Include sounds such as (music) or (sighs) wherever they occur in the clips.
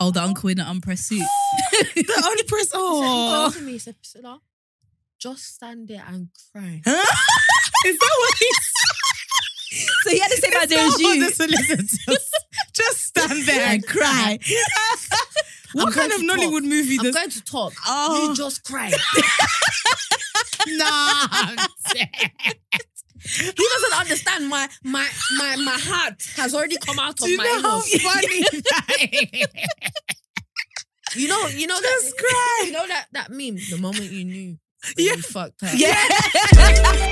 Oh, the uncle in the unpressed suit. the only press. (laughs) Oh. Oh, to me, he said, Priscilla, just stand there and (laughs) cry. is that what he (laughs) so he had the same idea as Someone you. that's a solicitors. (laughs) Just stand there and cry. (laughs) what I'm kind of going to Nollywood movie (laughs) I'm does? going to talk. Oh. You (laughs) just cry. nah, I'm he doesn't understand. My my my my heart has already come out of Do you my know how nose. Oh funny that is? You know, you know Just that cry. you know that that meme. The moment you knew, that Yeah. you fucked up. Yeah.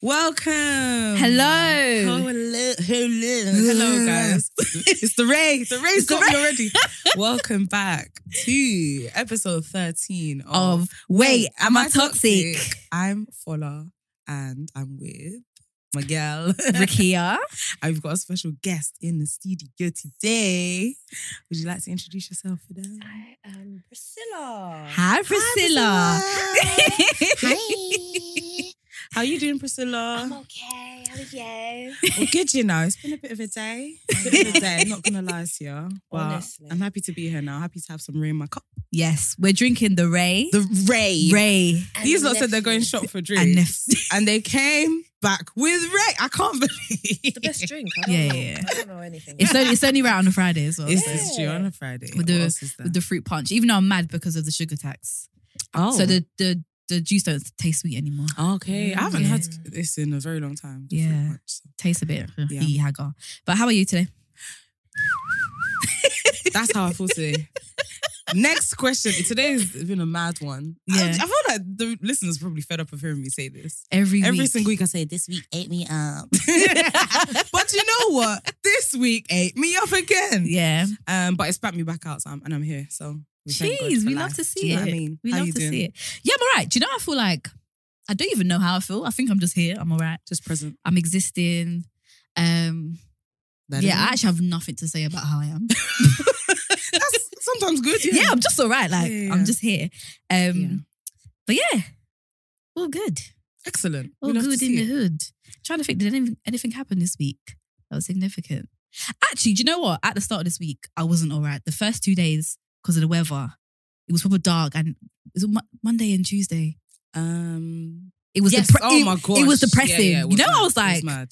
Welcome. Hello. Hello. Hello, guys. (laughs) it's the Ray. The Ray's the got me (laughs) already. Welcome back to episode 13 of Of wait, am I toxic? I'm Fola and I'm with my (laughs) girl. Rikia. and we've got a special guest in the studio today. Would you like to introduce yourself for them? I am Priscilla. Hi, Priscilla. (laughs) Hi. How you doing, Priscilla? I'm okay. How are (laughs) you? Well, good, you know. It's been a bit of (laughs) a day. It's been a bit of a day. I'm not gonna lie to you. But Honestly. I'm happy to be here now. Happy to have some Ray in my cup. Yes, we're drinking the Ray. The Ray. Ray. These lot said they're going shop for drinks, And and, nef- they came back with Ray. I can't believe The (laughs) best drink. I don't Yeah, know. yeah. I don't know anything. (laughs) It's only it's only right on a Friday as well. It's, so- it's due on a Friday. With the- What else is there? With the fruit punch, even though I'm mad because of the sugar tax. oh, So the the the juice don't taste sweet anymore. okay. I haven't Yeah. had this in a very long time. the Yeah. fruit punch, so. Tastes a bit Yeah. yeah. haggar. But how are you today? that's how I (laughs) feel today. Next question. Today's been a mad one. I- Yeah. I, feel like the listeners are probably fed up of hearing me say this. Every Every week. single week, I say this week ate me up. (laughs) but you know what? This week ate me up again. Yeah. Um, but it spat me back out, so I'm, and I'm here. So we thank God Jeez, for we love life. to Do see you know what it. I mean, We How love you to doing? see it. Yeah, I'm all right. Do you know I feel like I don't even know how I feel. I think I'm just here. I'm all right. Just present. I'm existing. Um, That yeah, is- I actually have nothing to say about how I am. (laughs) that's sometimes good. yeah, I'm just all right. Like Yeah, yeah, yeah. I'm just here. Um, Yeah. but yeah, all good. excellent. All We love to good in see the it. hood. Trying to think, did anything, anything happen this week that was significant? Actually, do you know what? At the start of this week, I wasn't all right. The first two days, because of the weather, it was proper dark, and it was Mo- Monday and Tuesday. Um, It was yes. depre- oh it- my god, It was depressing. you know, I was like, mad.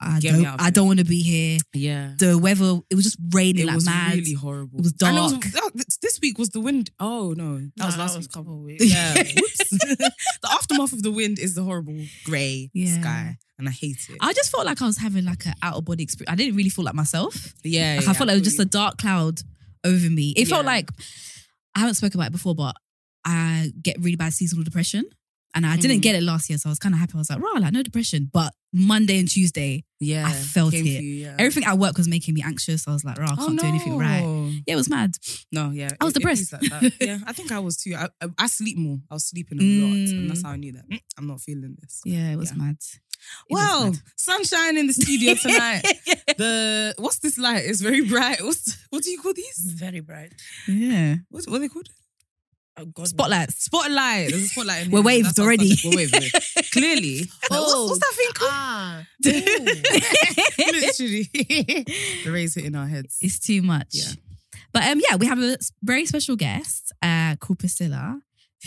I Get me don't, out of I here. don't want to be here. yeah. The weather, it was just raining It like was mad. really horrible. It was And it was- dark. that- th- this week was the wind. Oh no, that was last week. couple of weeks. (laughs) Yeah. Whoops. the aftermath of the wind is the horrible grey Yeah. sky, and I hate it. I just felt like I was having like an out of body experience. I didn't really feel like myself. yeah, Like, yeah, I felt like it was just you. a dark cloud over me. It felt Yeah. like I haven't spoken about it before, but I get really bad seasonal depression. And I didn't Mhm. get it last year, so I was kind of happy. I was like, "Right, like no depression." But Monday and Tuesday, yeah. I felt came it. for you, yeah. everything at work was making me anxious. I was like, "Right, I Oh, can't do anything right." no. Yeah, it was mad. No, yeah. I was it- it is depressed. like that. yeah, (laughs) I think I was too. I, I, I sleep more. I was sleeping a lot. Mm. And that's how I knew that. mm, I'm not feeling this. Yeah, it was Yeah. mad. It was well, mad. sunshine in the (laughs) studio tonight. the what's this light? It's very bright. What's what do you call these? Very bright. yeah, What, what are they called? Oh, God. spotlights. Spotlight. There's a spotlight. In We're here. waved That's what already. I'm saying. We're waved. yeah. Clearly. Like, Oh. what's, what's that thing called? (laughs) Ah. Ooh. Literally, (laughs) (laughs) the rays hitting our heads. It's too much. Yeah. But um, yeah, we have a s- very special guest uh, called Priscilla,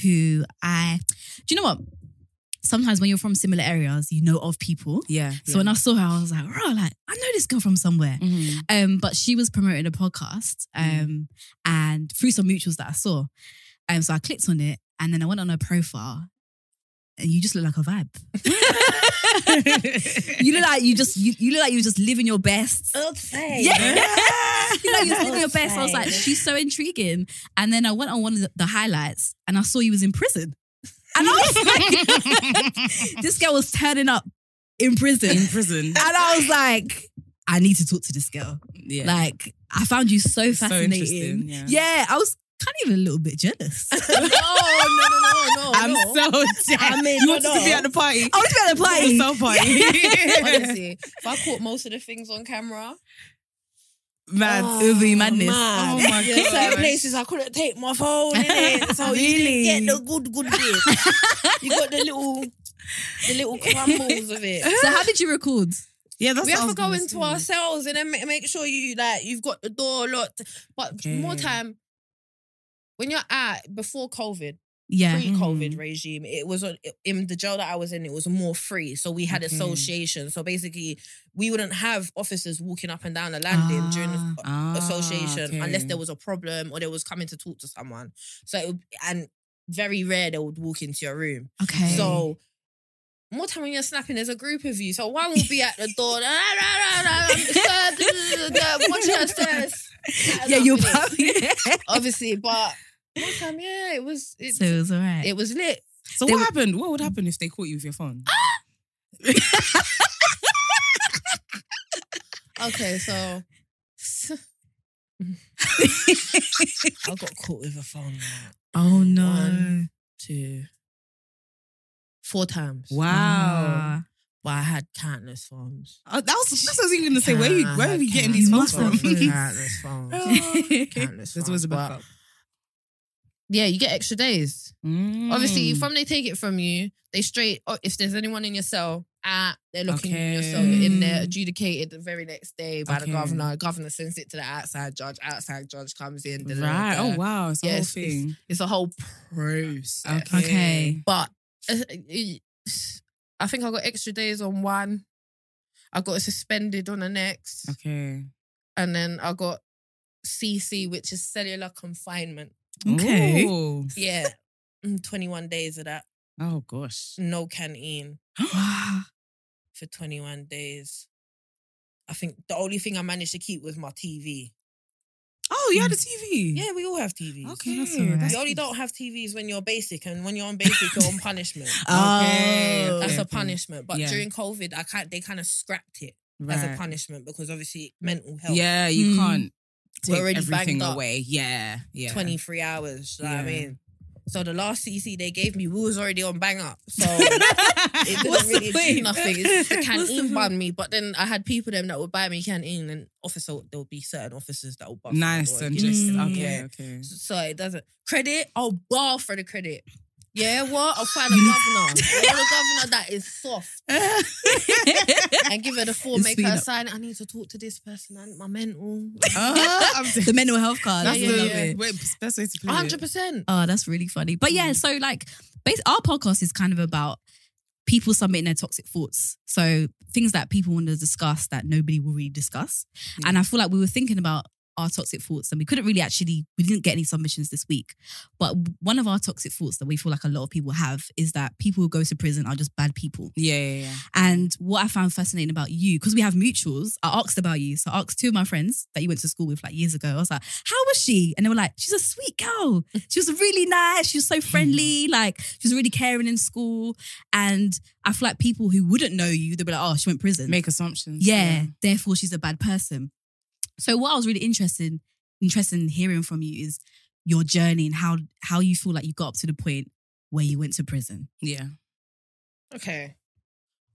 who I, do you know what? Sometimes when you're from similar areas, you know of people. Yeah. So (laughs) when I saw her, I was like, right, like I know this girl from somewhere. Mhm. Um, but she was promoting a podcast, Mm. um, and through some mutuals that I saw, um, so I clicked on it, and then I went on her profile, and you just look like a vibe. (laughs) (laughs) you look like you just you, you look like you just living your best. Okay. Yeah. (laughs) you (laughs) know, you're That living your was best. I was like, nice. she's so intriguing. And then I went on one of the, the highlights and I saw you was in prison. And I (laughs) was like, this girl was turning up in prison. in And prison. I was like, I need to talk to this girl. Yeah. Like, I found you so fascinating. interesting, yeah. I was kind of even a little bit (laughs) jealous. (laughs) no, no, no, no, no. I'm no. so (laughs) I mean, You wanted no, to be no. at the party. I was about to It's play. so funny. Honestly, if I caught most of the things on camera, (laughs) Mad. it would be madness. oh, man. Oh my Yeah, God. Certain places I couldn't take my (laughs) phone innit? So Really? you didn't get the good, good bit. you got the little, the little crumbles of it. So how did you record? Yeah, that's we what I have was to go gonna into say. ourselves and then make, make sure you like you've got the door locked. But Okay. more time when you're at before COVID, Yeah. mm-hmm. pre-COVID Mhm. regime, it was a- in the jail that I was in. It was more free, so we had Okay. associations. So basically, we wouldn't have officers walking up and down the landing during the Ah. Ah, association unless okay. there was a problem or they was coming to talk to someone. So it would, and very rare they would walk into your room. Okay. So more time when you're snapping, there's a group of you. So one will be at the door, "Ah, rah, rah, rah, um, sir, duh, duh, duh, duh, duh, watching (laughs) us. sir." Chatting yeah, up you're with it, probably. (laughs) (laughs) obviously, but more time, yeah, it was it, so it was all right. it was lit. So They what were- happened? What would happen if they caught you with your (laughs) phone? Okay, so. (laughs) I got caught with a phone like, oh no. One. two, four times. Wow. But I had countless phones. Oh, that was that's what I was even gonna say. Where are you where are we getting Ah, these You phones must from? Oh. have (laughs) been- Countless phones. (laughs) Countless There's always phones. a But backup. yeah, you get extra days. Mm. Obviously, from they take it from you, they straight. Oh, if there's anyone in your cell, ah, they're looking in your cell. You're in there, Okay. adjudicated the very next day by Okay. the governor. Governor sends it to the outside judge. Outside judge comes in. da, da, da, right. da. Oh wow, it's a Yeah, whole it's- thing. It's a whole process. Okay. Okay. But uh, it- I think I got extra days on one. I got suspended on the next, Okay. and then I got CC, which is cellular confinement. Okay. Ooh. Yeah, (laughs) Mm, twenty-one days of that. Oh (gasps) gosh. No canteen Wow. for twenty-one days. I think the only thing I managed to keep was my TV. Oh, you had a TV. Yeah, we all have TVs. Okay. That's all right. that's You only good. don't have TVs when you're basic, and when you're on basic, you're on punishment. Okay, Oh. okay, That's a okay. punishment. But Yeah. during COVID, I can't. They kind of scrapped it. as a Hmm. Right. punishment because obviously mental health. Yeah, you Mm. can't We're take already everything banged up. away. Yeah. Yeah. (laughs) 23 hours. You know what I Yeah. mean? So the last CC they gave me, we was already on bang up. (laughs) So it it didn't really do nothing. (laughs) It's just the What's canteen the bun me. But then I had people them that would buy me canteen and officer there would be certain officers that would bust. my Nice door, and you know, just Mm. okay, yeah. okay. (laughs) So it doesn't credit, I'll bar for the credit. Yeah, what? I'll find a governor. (laughs) I'll find a governor that is soft and give her the form, And make speed her up. sign. I need to talk to this person. I need my mental. Oh, (laughs) I'm the mental health card. That's I Yeah, the love yeah. it. way- best way to put hundred it. percent. Oh, that's really funny. But yeah, so like bas our podcast is kind of about people submitting their toxic thoughts. So things that people want to discuss that nobody will really discuss. Yeah. And I feel like we were thinking about our toxic thoughts and we couldn't really actually we didn't get any submissions this week. But one of our toxic thoughts that we feel like a lot of people have is that people who go to prison are just bad people. Yeah, yeah, yeah. And what I found fascinating about you, because we have mutuals, I asked about you. So I asked two of my friends that you went to school with like years ago. I was like, how was she? And they were like, she's a sweet girl. She was really nice. She was so friendly. Like, she was really caring in school. And I feel like people who wouldn't know you, they'd be like, oh, she went to prison. Make assumptions. yeah, Therefore, she's a bad person. So what I was really interested, interested in hearing from you is your journey and how, how you feel like you got up to the point where you went to prison. Yeah. Okay.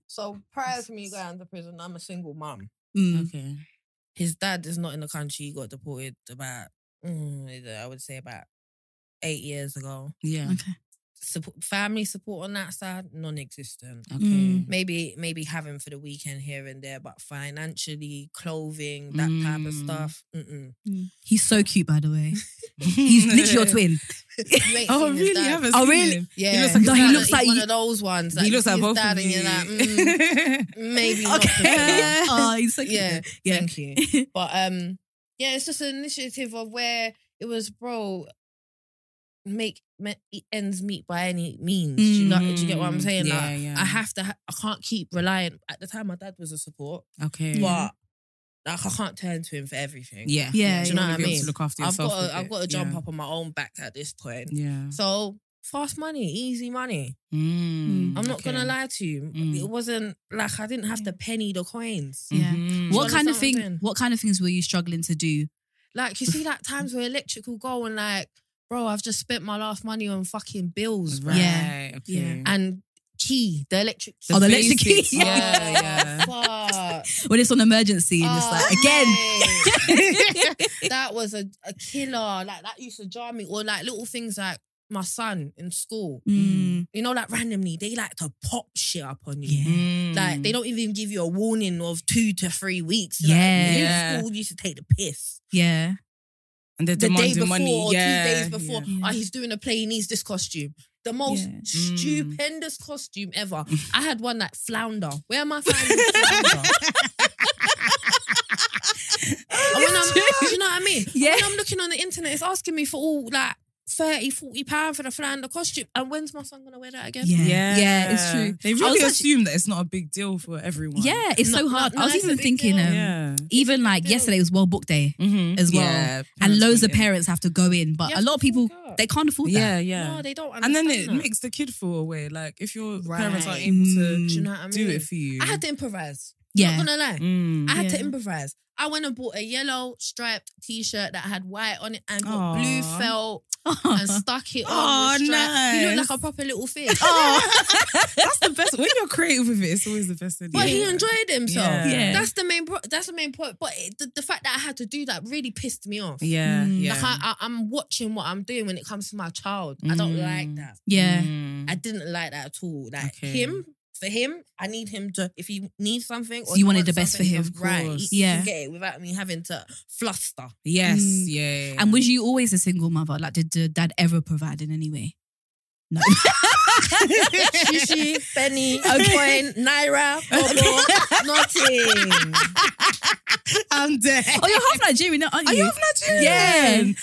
So prior to me going to prison, I'm a single mum. Mm. Okay. His dad is not in the country. He got deported about, mm, I would say about eight years ago. Yeah. Okay. Support, family support on that side, non-existent. Okay. Mm. (laughs) Maybe maybe having for the weekend here and there, but financially, clothing, that type of Mm. stuff. (laughs) Mm-mm. Mm. He's so cute, by the way. He's literally your twin. (laughs) You ain't Oh, seen his really? I dad. haven't Oh, seen really? him. Yeah, looks like he's No, he one of- looks he's like one you- of those ones. Like he looks you like see his both dad of and (laughs) you're like, mm, you. maybe not. (laughs) for them. (laughs) Okay. oh, he's so cute. Yeah, Yeah. thank you. But um, yeah, it's just an initiative of where it was, bro. Make me- e, ends meet by any means. Do you, know, do you get what I'm Mm, saying? Yeah, like, yeah. I have to. Ha- I can't keep relying. At the time, my dad was a support, Okay. Yeah. but like I can't turn to him for everything. Yeah. Yeah, Do you wanna know what I be able mean? To look after I've yourself got. with To, I've it. got to jump yeah. up on my own back at this point. Yeah. So fast money, easy money. Mm, I'm not okay. gonna lie to you. Mm. It wasn't like I didn't have to penny the coins. Yeah. Mhm. What Do you kind understand of what I'm thing? saying? What kind of things were you struggling to do? Like you see that times where electric will go and like, bro, I've just spent my last money on fucking bills, bro. Right. Yeah. Okay. Yeah. And key, the electric key. Oh, the electric basics. key. (laughs) Yeah, yeah. Fuck. when it's on emergency and it's like again. (laughs) (laughs) Aye. (laughs) that was a, a killer. Like that used to jar me. Or like little things like my son in school. Mm, You know, like randomly, they like to pop shit up on you. yeah. Mm. Like they don't even give you a warning of two to three weeks. Yeah. like, you Yeah. school used to take the piss Yeah. and they're the demanding day before money. or yeah, two days (laughs) before. yeah. Oh, he's doing a play. He needs this costume. The most Yeah. Mm. stupendous costume (laughs) ever. I had one like flounder. Where am I finding flounder? And when I'm, do (laughs) you know what I mean? Yeah. When I'm looking on the internet, it's asking me for all like 30, 40 pounds for the flounder costume. And when's my son gonna wear that again? Yeah. Yeah. Yeah. it's true. They I was really actually- assume that it's not a big deal for everyone. Yeah, it's so Not- hard. not I was nice, even but thinking, still. um, Yeah. even like Still. yesterday was World Book Day, Mhm. as well. Yeah, and loads of meeting. parents have to go in, but You a have lot to of people fork out. they can't afford that. Yeah, yeah. No, they don't and understand. then it that. makes the kid fall away. Like if your parents aren't Right. able to Do you know what I mean? do it for you, I had to improvise. Yeah. Not gonna lie. Mm. (laughs) I had to Yeah. improvise. I went and bought a yellow striped t-shirt that had white on it and got Aw. blue felt (laughs) and stuck it Aw, on the strap. He nice. looked like a proper little fish. (laughs) Oh. That's the best. When you're creative with it, it's always the best. Idea. (laughs) But he enjoyed himself. Yeah. Yeah. That's the main. Pro- that's the main point. But it, the, the fact that I had to do that really pissed me off. Yeah, Mm. yeah. Like I, I, I'm watching what I'm doing when it comes to my child. I don't Mm. like that. yeah. I didn't like that at all. Like Okay. him, for him, I need him to. If he needs something, or So you he wanted wants the best for something, him. Of right? course. He, yeah, Yeah. get it without me having to fluster. Yes, Mm. yeah, yeah, yeah. And (laughs) was you always a single mother? Like, did, did dad ever provide in any way? (laughs) No. Shishi, penny, coin, naira, kobo, (laughs) nothing. I'm dead. oh, you're half Nigerian, aren't Are you you? half Nigerian? Yeah. I didn't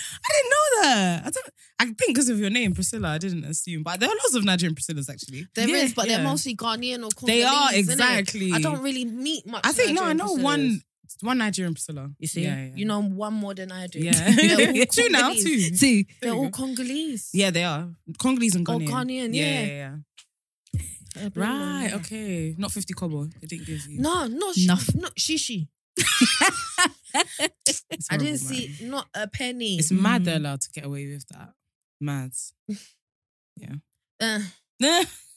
know that. I don't. I think because of your name, Priscilla, I didn't assume. But there are lots of Nigerian Priscillas actually. There is, Yeah, but yeah. they're mostly Ghanaian or Congolese. They are innit? exactly. I don't really meet much. I think no, I Nigerian know Priscillas. one one Nigerian Priscilla. You see, yeah, yeah. you know one more than I do. yeah, (laughs) They're (laughs) all two now, Congolese. two. See, They're There you all go. Congolese. Yeah, they are Congolese and Oh, Ghanaian. Ghanaian, yeah, yeah. yeah, yeah. Yeah, blue one, Right, yeah. okay. Not fifty kobo. They didn't give you. No, not she, Nuff. not shishi. It's I didn't horrible, man. see not a penny. It's mad they're allowed to get away with that. Mad. (laughs) Uh,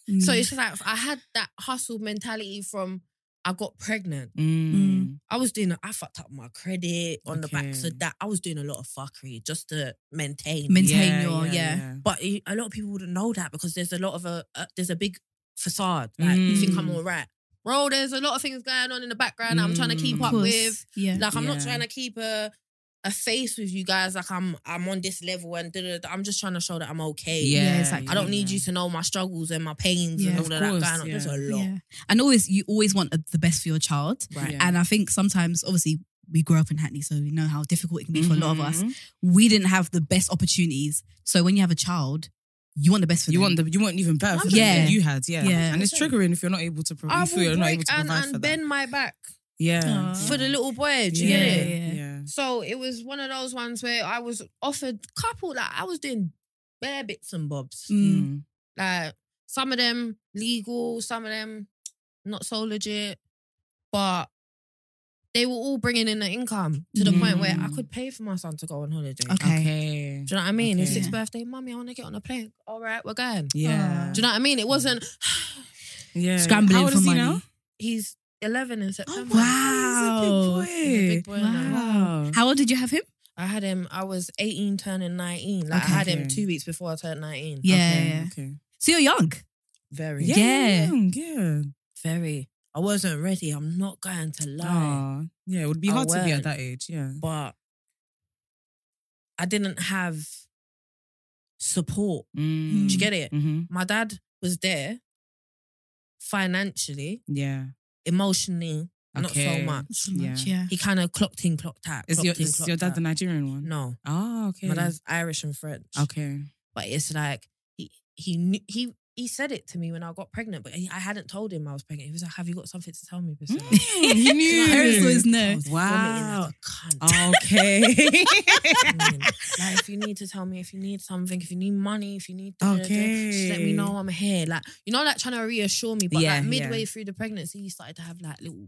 Mm. so it's like I had that hustle mentality from I got pregnant. Mm. I was doing. I fucked up my credit on the backs Okay. of that. I was doing a lot of fuckery just to maintain. Maintain. your- yeah. But you- a lot of people wouldn't know that because there's a lot of a uh, there's a big facade. Like you think I'm Mm. all right, bro. There's a lot of things going on in the background. that I'm trying to Mm. keep Of up with. yeah. Like I'm not Yeah. trying to keep a a face with you guys. Like I'm I'm on this level and da, da, da. I'm just trying to show that I'm okay. Yeah, exactly. I don't need you to know my struggles and my pains Yeah. and all Of of course, that. Going on. yeah. There's a lot. yeah. And always, you always want the best for your child. Right. Yeah. And I think sometimes, obviously, we grew up in Hackney, so we know how difficult it can be for a lot of Mm-hmm. us. Mm-hmm. We didn't have the best opportunities. So when you have a child, you want the best for You them. want the you want even better for them Yeah. than you had, yeah. Yeah. And it's triggering if you're not able to I provide. If will you're not able break to and, provide for and that. bend my back Yeah. Aw. for the little boy. Do you yeah. get it? Yeah. yeah. So it was one of those ones where I was offered couple like I was doing bare bits and bobs. Mm. Mm. Like some of them legal, some of them not so legit, but they were all bringing in the income to the point where I Mm. could pay for my son to go on holiday. Okay. Okay. Do you know what I mean? His Okay. sixth birthday, mommy, I want to get on a plane. All right, we're going. Yeah. Do you know what I mean? It wasn't. Yeah. Scrambling How old for is he money. now? He's eleven in September. wow. He's Oh, a He's a big big boy. boy now. Wow. How old did you have him? I had him. I was eighteen, turning nineteen. Like I had him Okay. two weeks before I turned nineteen. Yeah. Okay. okay. So you're young. Very. Yeah. Yeah. young, Yeah. Very. I wasn't ready. I'm not going to lie. Aw. Yeah. It would be I hard to be at won't. that age. Yeah. But I didn't have support. Mm. Do you get it? Mm-hmm. My dad was there financially, Yeah. emotionally, not Okay. so much. Yeah. yeah. (laughs) He kind of clocked in, clocked out. Is clocked your in, is clocked your dad the out. Nigerian one? No. Oh, okay. My dad's Irish and French. okay. (laughs) But it's like he he knew, he he said it to me when I got pregnant, but he, I hadn't told him I was pregnant. He was like, "Have you got something to tell me?" (laughs) Priscilla?" he knew. Parents always know. I was vomiting like a cunt. (laughs) Okay. (laughs) Mm. like if you need to tell me if you need something, if you need money, if you need da- da- da, just let Okay. me know I'm here. Like you know, like trying to reassure me. But Yeah, like yeah. midway through the pregnancy, he started to have like little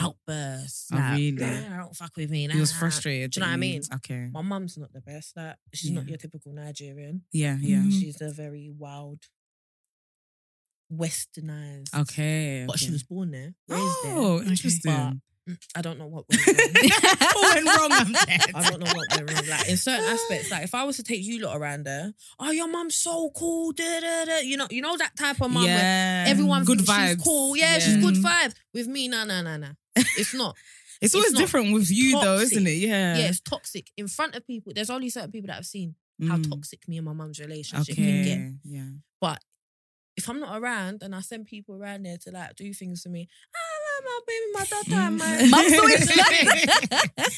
outbursts. Oh, Like, really? "Nah, don't fuck with me. he was nah." frustrated. Do you know what I that mean? Okay. My mum's not the best. Like she's Yeah. not Mm-hmm. Mm. your typical Nigerian. Yeah, yeah. Mm. She's a very wild westernized. Okay. But she okay. was born there. Raised Oh, Okay. interesting. there. I don't know what went wrong. (laughs) What went wrong, I'm (laughs) dead. I don't know what went wrong. Like in certain aspects, like if I was to take you lot around there, oh your mum's so cool, da, da, da. you know, you know that type of mum where yeah. everyone good thinks vibes. Mm-hmm. she's cool. Yeah, she's Yeah. good vibes. With me, no, no, no, no. It's not. It's always it's not different with you though, toxic. isn't it? (laughs) Yeah. yeah, it's toxic. In front of people, there's only certain people that have seen how Mm. toxic me and my mum's relationship can get. Okay. Yeah. But if I'm not around and I send people around there to like do things to me, ah, my baby, my daughter, Mm. (laughs) my Mum's (laughs) (laughs) always like that.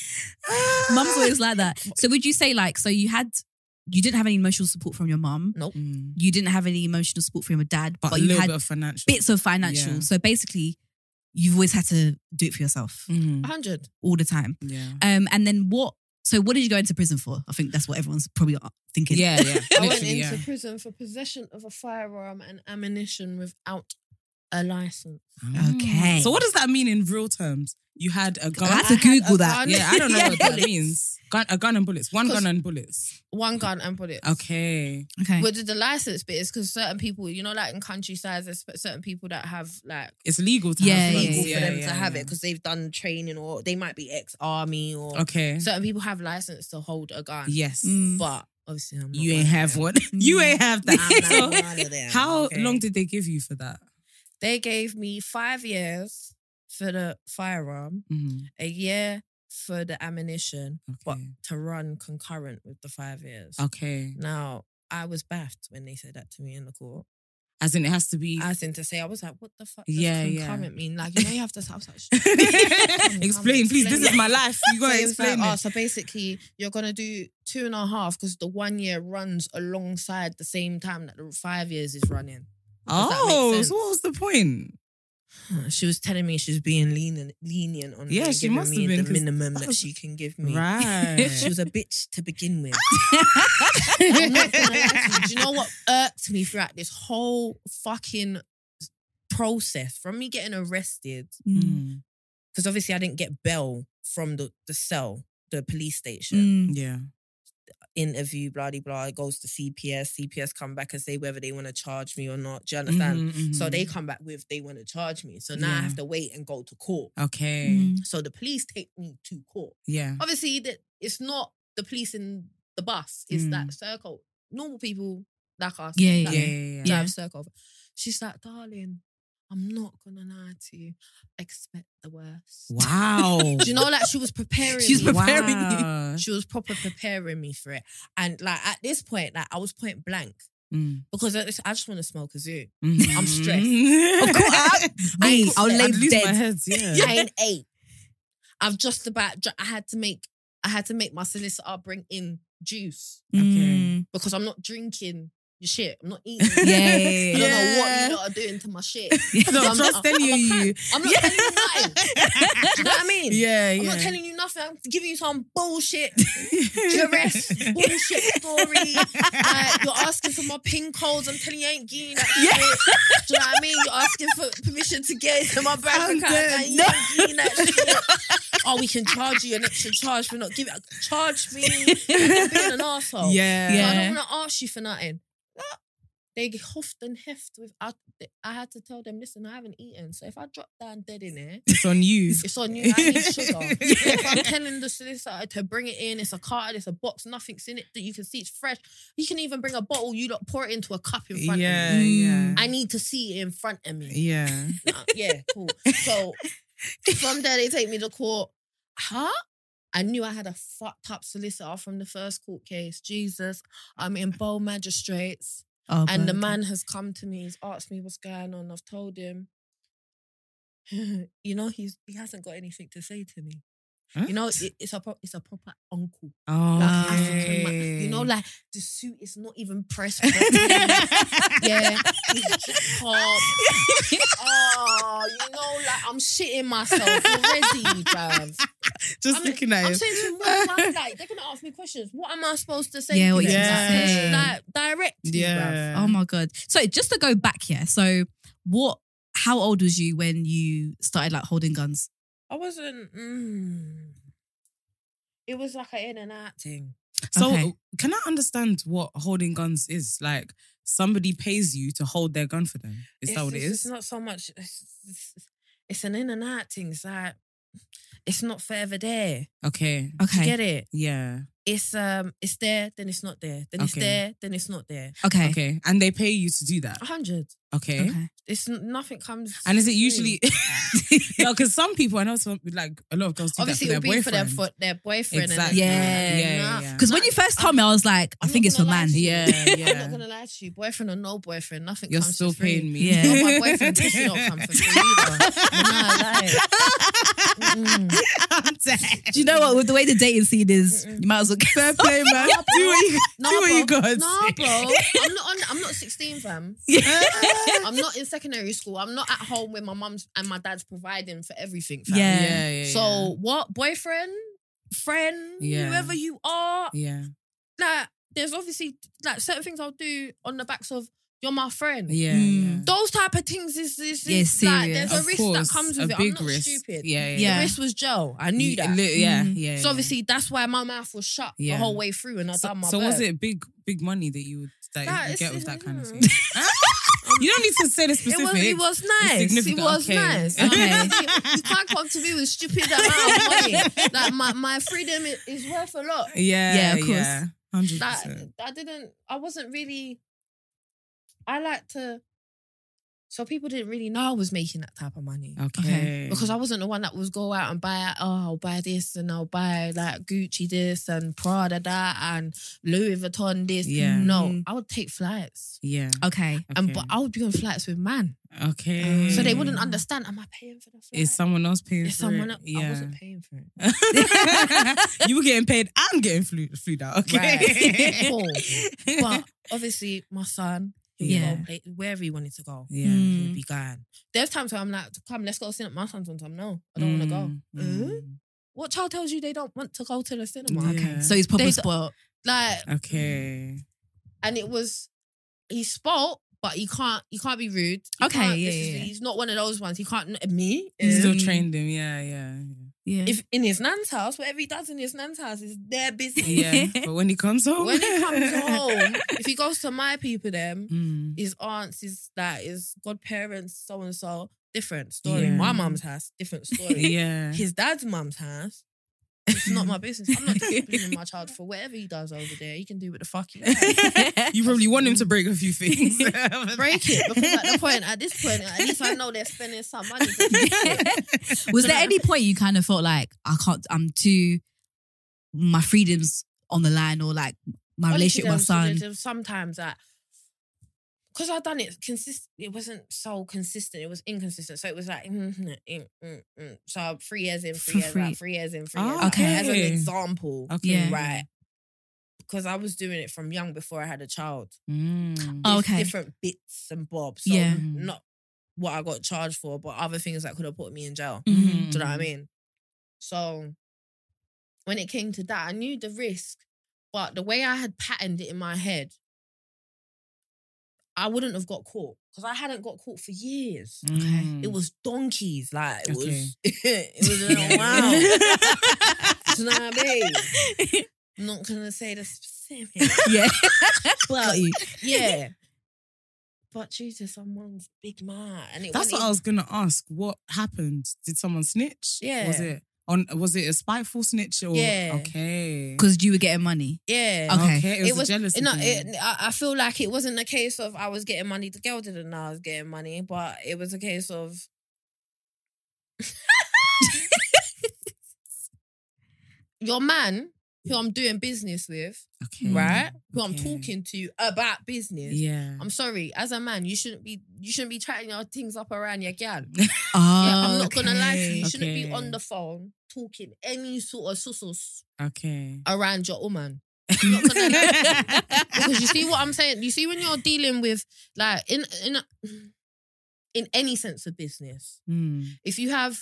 Mum's always like that. So would you say like so you had you didn't have any emotional support from your mum? Mm. You didn't have any emotional support from your dad, But, but, a you little had bit of financial. bits of financial. Yeah. So basically, you've always had to do it for yourself Mm. hundred. all the time. Yeah. Um, and then what? So what did you go into prison for? I think that's what everyone's probably thinking. Yeah, yeah. I went Literally, into yeah. prison for possession of a firearm and ammunition without a license. Okay. So what does that mean in real terms? You had Oh, a gun. I had to Google a that. gun. yeah, I (laughs) don't know what that Yes. means. Gun, a gun and bullets. One gun Because- and bullets. One gun and bullets. Okay. Okay. But the license bit is because certain people, you know, like in countryside, there's certain people that have like It's legal to Yeah, have yeah, guns. legal yeah, for them to have yeah. it because they've done training or they might be ex army or Okay. certain people have license to hold a gun. Yes. Mm. But obviously, I'm not You one ain't of have them. one. (laughs) you ain't have that. (laughs) I'm So not one of them, how okay? long did they give you for that? they gave me five years for the firearm, a year for the ammunition, but Mm-hmm. Okay. to run concurrent with the five years. Okay. Now, I was baffed when they said that to me in the court. As in it has to be (laughs) As (laughs) in to say, I was like, what the fuck does Yeah, yeah. concurrent mean? Like, you know, you have to, I was (laughs) like, shut Explain, please. This is my life. You So gotta it was like, explain oh, it. so basically, you're gonna do two and a half because the one year runs alongside the same time that the five years is running. (sighs) does that make Oh, sense? so what was the point? She was telling me she's being lenient, lenient on Yeah, me, she giving must me have been, the 'cause minimum that that was- she can give me. Right. (laughs) She was a bitch to begin with. I'm not gonna lie to you. Do you know what irked me throughout this whole fucking process from me getting arrested? Mm. (laughs) Mm, Because obviously I didn't get bail from the, the cell, the police station. Mm. Yeah. interview, blah de blah. It goes to CPS. CPS come back and say whether they want to charge me or not. Do you understand? Mhm, Mm-hmm, mhm. So they come back with they want to charge me. So now I Yeah. have to wait and go to court. Okay. Mm. So the police take me to court. Yeah. Obviously, that it's not the police in the bus. It's Mm. that circle. Normal people like us. Yeah, that Yeah. Yeah. yeah. drive circle. She's like, darling, I'm not gonna lie to you. Expect the worst. (laughs) Wow. Do you know like she was preparing? (laughs) She's me. preparing wow. She was proper preparing me for it. And like at this point, like I was point blank Mm, because I just, I just want to smoke (laughs) a zoo. (laughs) mhm. (laughs) I'm stressed. mm-hmm. Of course, I- me, could- I'll I'd lay lose my dead. head. Yeah. (laughs) I ain't eight. I've just about. dr- I had to make. I had to make my solicitor bring in juice Mm. because I'm not drinking your shit. I'm not eating. (laughs) Yeah, yeah, (laughs) I yeah, don't yeah. know Yeah. what you lot are doing to my (laughs) shit. I So don't I'm not- trust any of I'm you. I'm not telling you (laughs) nothing. Do you know what I mean? Yeah. I'm yeah. not (laughs) telling you nothing. I'm giving you some (laughs) bullshit duress, (laughs) bullshit story. Like, you're asking for my pin codes. I'm telling you, I ain't giving you that shit. Do you know what I mean? You're asking for permission to get into my bank I'm account. dead. Like, you ain't giving that shit. Oh, we can charge you an extra charge for not giving. Charge me for (laughs) being an asshole. Yeah. Oh. I Yeah. don't want to ask you for nothing. They huffed and heft with. I, I had to tell them, listen, I haven't eaten. So if I drop down dead in here, It's on you. it's on you. I need sugar. (laughs) If I'm telling the solicitor to bring it in. It's a card. It's a box. Nothing's in it that you can see. It's fresh. You can even bring a bottle. You lot pour it into a cup in front of Yeah. me. Mm. Yeah. I need to see it in front of me. Yeah. Nah, yeah, cool. So from there, they take me to court. Huh? I knew I had a fucked up solicitor from the first court case. Jesus, I'm in bowl magistrates. Oh, And the but- man has come to me. He's asked me what's going on. I've told him. (laughs) you know, he's he hasn't got anything to say to me. Huh? You know, it, it's a pro- it's a proper uncle. Oh. Like African man. You know, like the suit is not even pressed. properly. (laughs) yeah, it's just hard. Oh, you know, like I'm shitting myself already, bruv. (laughs) Just I'm- looking at I'm him. saying to him, what am I- like they're gonna ask me questions. What am I supposed to say? Yeah, to what you them? can Like, say. like, direct. Yeah, Yeah. Oh my god. So just to go back here. So what? How old was you when you started like holding guns? I wasn't. Mm, it was like an in and out thing. So Okay. can I understand what holding guns is? Like somebody pays you to hold their gun for them. Is that what it it's is? just not so much. It's, it's, it's an in and out thing. It's like it's not forever there. Okay. Do you Okay. get it? Yeah. It's um, it's there, then it's not there, then it's Okay. there, then it's not there. Okay. Okay. And they pay you to do that. A hundred. Okay. Okay. It's n- nothing comes. And is it free. usually (laughs) no? Because some people I know some like a lot of girls do obviously that for it'll be their for boyfriend. their for their boyfriend? Exactly. And everything like Yeah, that. yeah, Nah. yeah. Because when you first told me, I was like, I I'm think not it's for gonna lie man. to you. Yeah, (laughs) I'm not yeah. gonna lie to you, boyfriend or no boyfriend, nothing. You're comes still for free. paying me. Yeah. Not my boyfriend definitely don't come for free (laughs) either. Nah, like, mm-mm. I'm dead. (laughs) Do you know what? With the way the dating scene is, Mm-mm. you might as well get (laughs) Fair play, (laughs) man. Do what you, Nah, do what you bro. gotta Nah, say. bro. (laughs) I'm not. On, I'm not 16, fam. I'm not in secondary school. I'm not at home where my mum's and my dad's providing for everything. Fam. Yeah. So what, boyfriend, friend, Yeah. whoever you are, yeah, like there's obviously like certain things I'll do on the backs of you're my friend. yeah, Mm. Those type of things is, is, Yeah, is like serious. there's yeah. a risk that comes with a it. big I'm not risk. stupid. Yeah, yeah, Yeah. The risk was Joe. I knew Yeah, that. li- yeah, Mm. yeah. so yeah. obviously that's why my mouth was shut Yeah. the whole way through and I so, done my so best. was it big, big money that you would that Nah, you it's- get with it's- that kind of no. thing? (laughs) you don't need to say the It specific. was, it was nice. It significant, was okay. (laughs) nice. I mean, you, you can't come to me with stupid amount of (laughs) money. Like my, my freedom i- is worth a lot. Yeah, yeah, of course. hundred Like percent. I didn't. I wasn't really. I like to. So people didn't really know I was making that type of money. Okay, Because I wasn't the one that was go out and buy, oh, I'll buy this and I'll buy like Gucci this and Prada that and Louis Vuitton this. Yeah. No, Mhm. I would take flights. yeah, Okay. okay. And um, but I would be on flights with man. okay, So they wouldn't understand. Am I paying for the flight? Is someone else paying? Is for someone it? else? I wasn't paying for it. (laughs) you were getting paid. I'm getting flew, flew out. (laughs) Right. Okay. (laughs) Cool. But obviously, my son, he Yeah. would go play, wherever he wanted to go, Yeah. he Mm. would be gone. There's times where I'm like, come, let's go to cinema. My son's one time, no, I don't want to go. Mm, What child tells you they don't want to go to the cinema? Yeah. Okay. So he's proper They- spoiled. Like, mm. Okay. and it was he spoke, but he can't you can't be rude. He Okay, can't- yeah, this is- yeah, yeah. he's not one of those ones. He can't me. You is still Mm. trained him. Yeah, yeah. Yeah. (laughs) If (laughs) in his nan's house, whatever he does in his nan's house is their business. Yeah. (laughs) Yeah. but when he comes home. When (laughs) he comes home, if he goes to my people, them Mm. his aunts, his that his godparents, so and so, different story. Yeah. My mum's house, different story. (laughs) Yeah. His dad's mum's house. It's not my business. I'm not disciplining my child for whatever he does over there. He can do what the fuck (laughs) he wants. you probably want him to break a few things. (laughs) break it because at the point at this point at least I know they're spending some (laughs) money. to fix it. Was there any point you kind of felt like I can't? I'm too. My freedom's on the line, or like my relationship Honestly, there with my was- there- son. there was Sometimes that because I done it consist, it wasn't so consistent. It was inconsistent. So it was like mm, mm, mm, mm, mm. so three years in, three For years free. out, three years in, three years Oh, out. okay. As an example, Okay. Yeah. (laughs) right? Because I was doing it from young before I had a child. Mm. Oh, It's okay. different bits and bobs. So Yeah. Mm-hmm. not what I got charged for, but other things that could have put me in jail. Mhm. Do you know Mm-hmm. what I mean? So when it came to that, I knew the risk, but the way I had patterned it in my head, I wouldn't have got caught because I hadn't got caught for years. Mm. It was donkeys, like it Okay. was. (laughs) it was like, wow. (laughs) Do you know what I mean? (laughs) I'm not gonna say the (laughs) specifics, (laughs) yeah. but Got you. yeah. But due to someone's big man, and it That's wasn't what I was gonna ask. What happened? Did someone snitch? Yeah. Was it on? Was it a spiteful snitch or? Yeah. Okay. Because you were getting money. e yeah. Okay. It was, a jealousy. No, thing. it, I I feel like it wasn't a case of I was getting money. The girl didn't know I was getting money, but it was a case of. (laughs) Your man, who I'm doing business with, okay. right? Who I'm Mm, Okay. talking to about business. Yeah. I'm sorry, as a man, you shouldn't be you shouldn't be chatting your things up around your gal. Oh, yeah, I'm not gonna lie to you. You okay, shouldn't be okay. on the phone talking any sort of susus Okay. around your woman. (laughs) (laughs) I'm not gonna lie to you. because you see what I'm saying. You see when you're dealing with like in in in any sense of business, Mm. if you have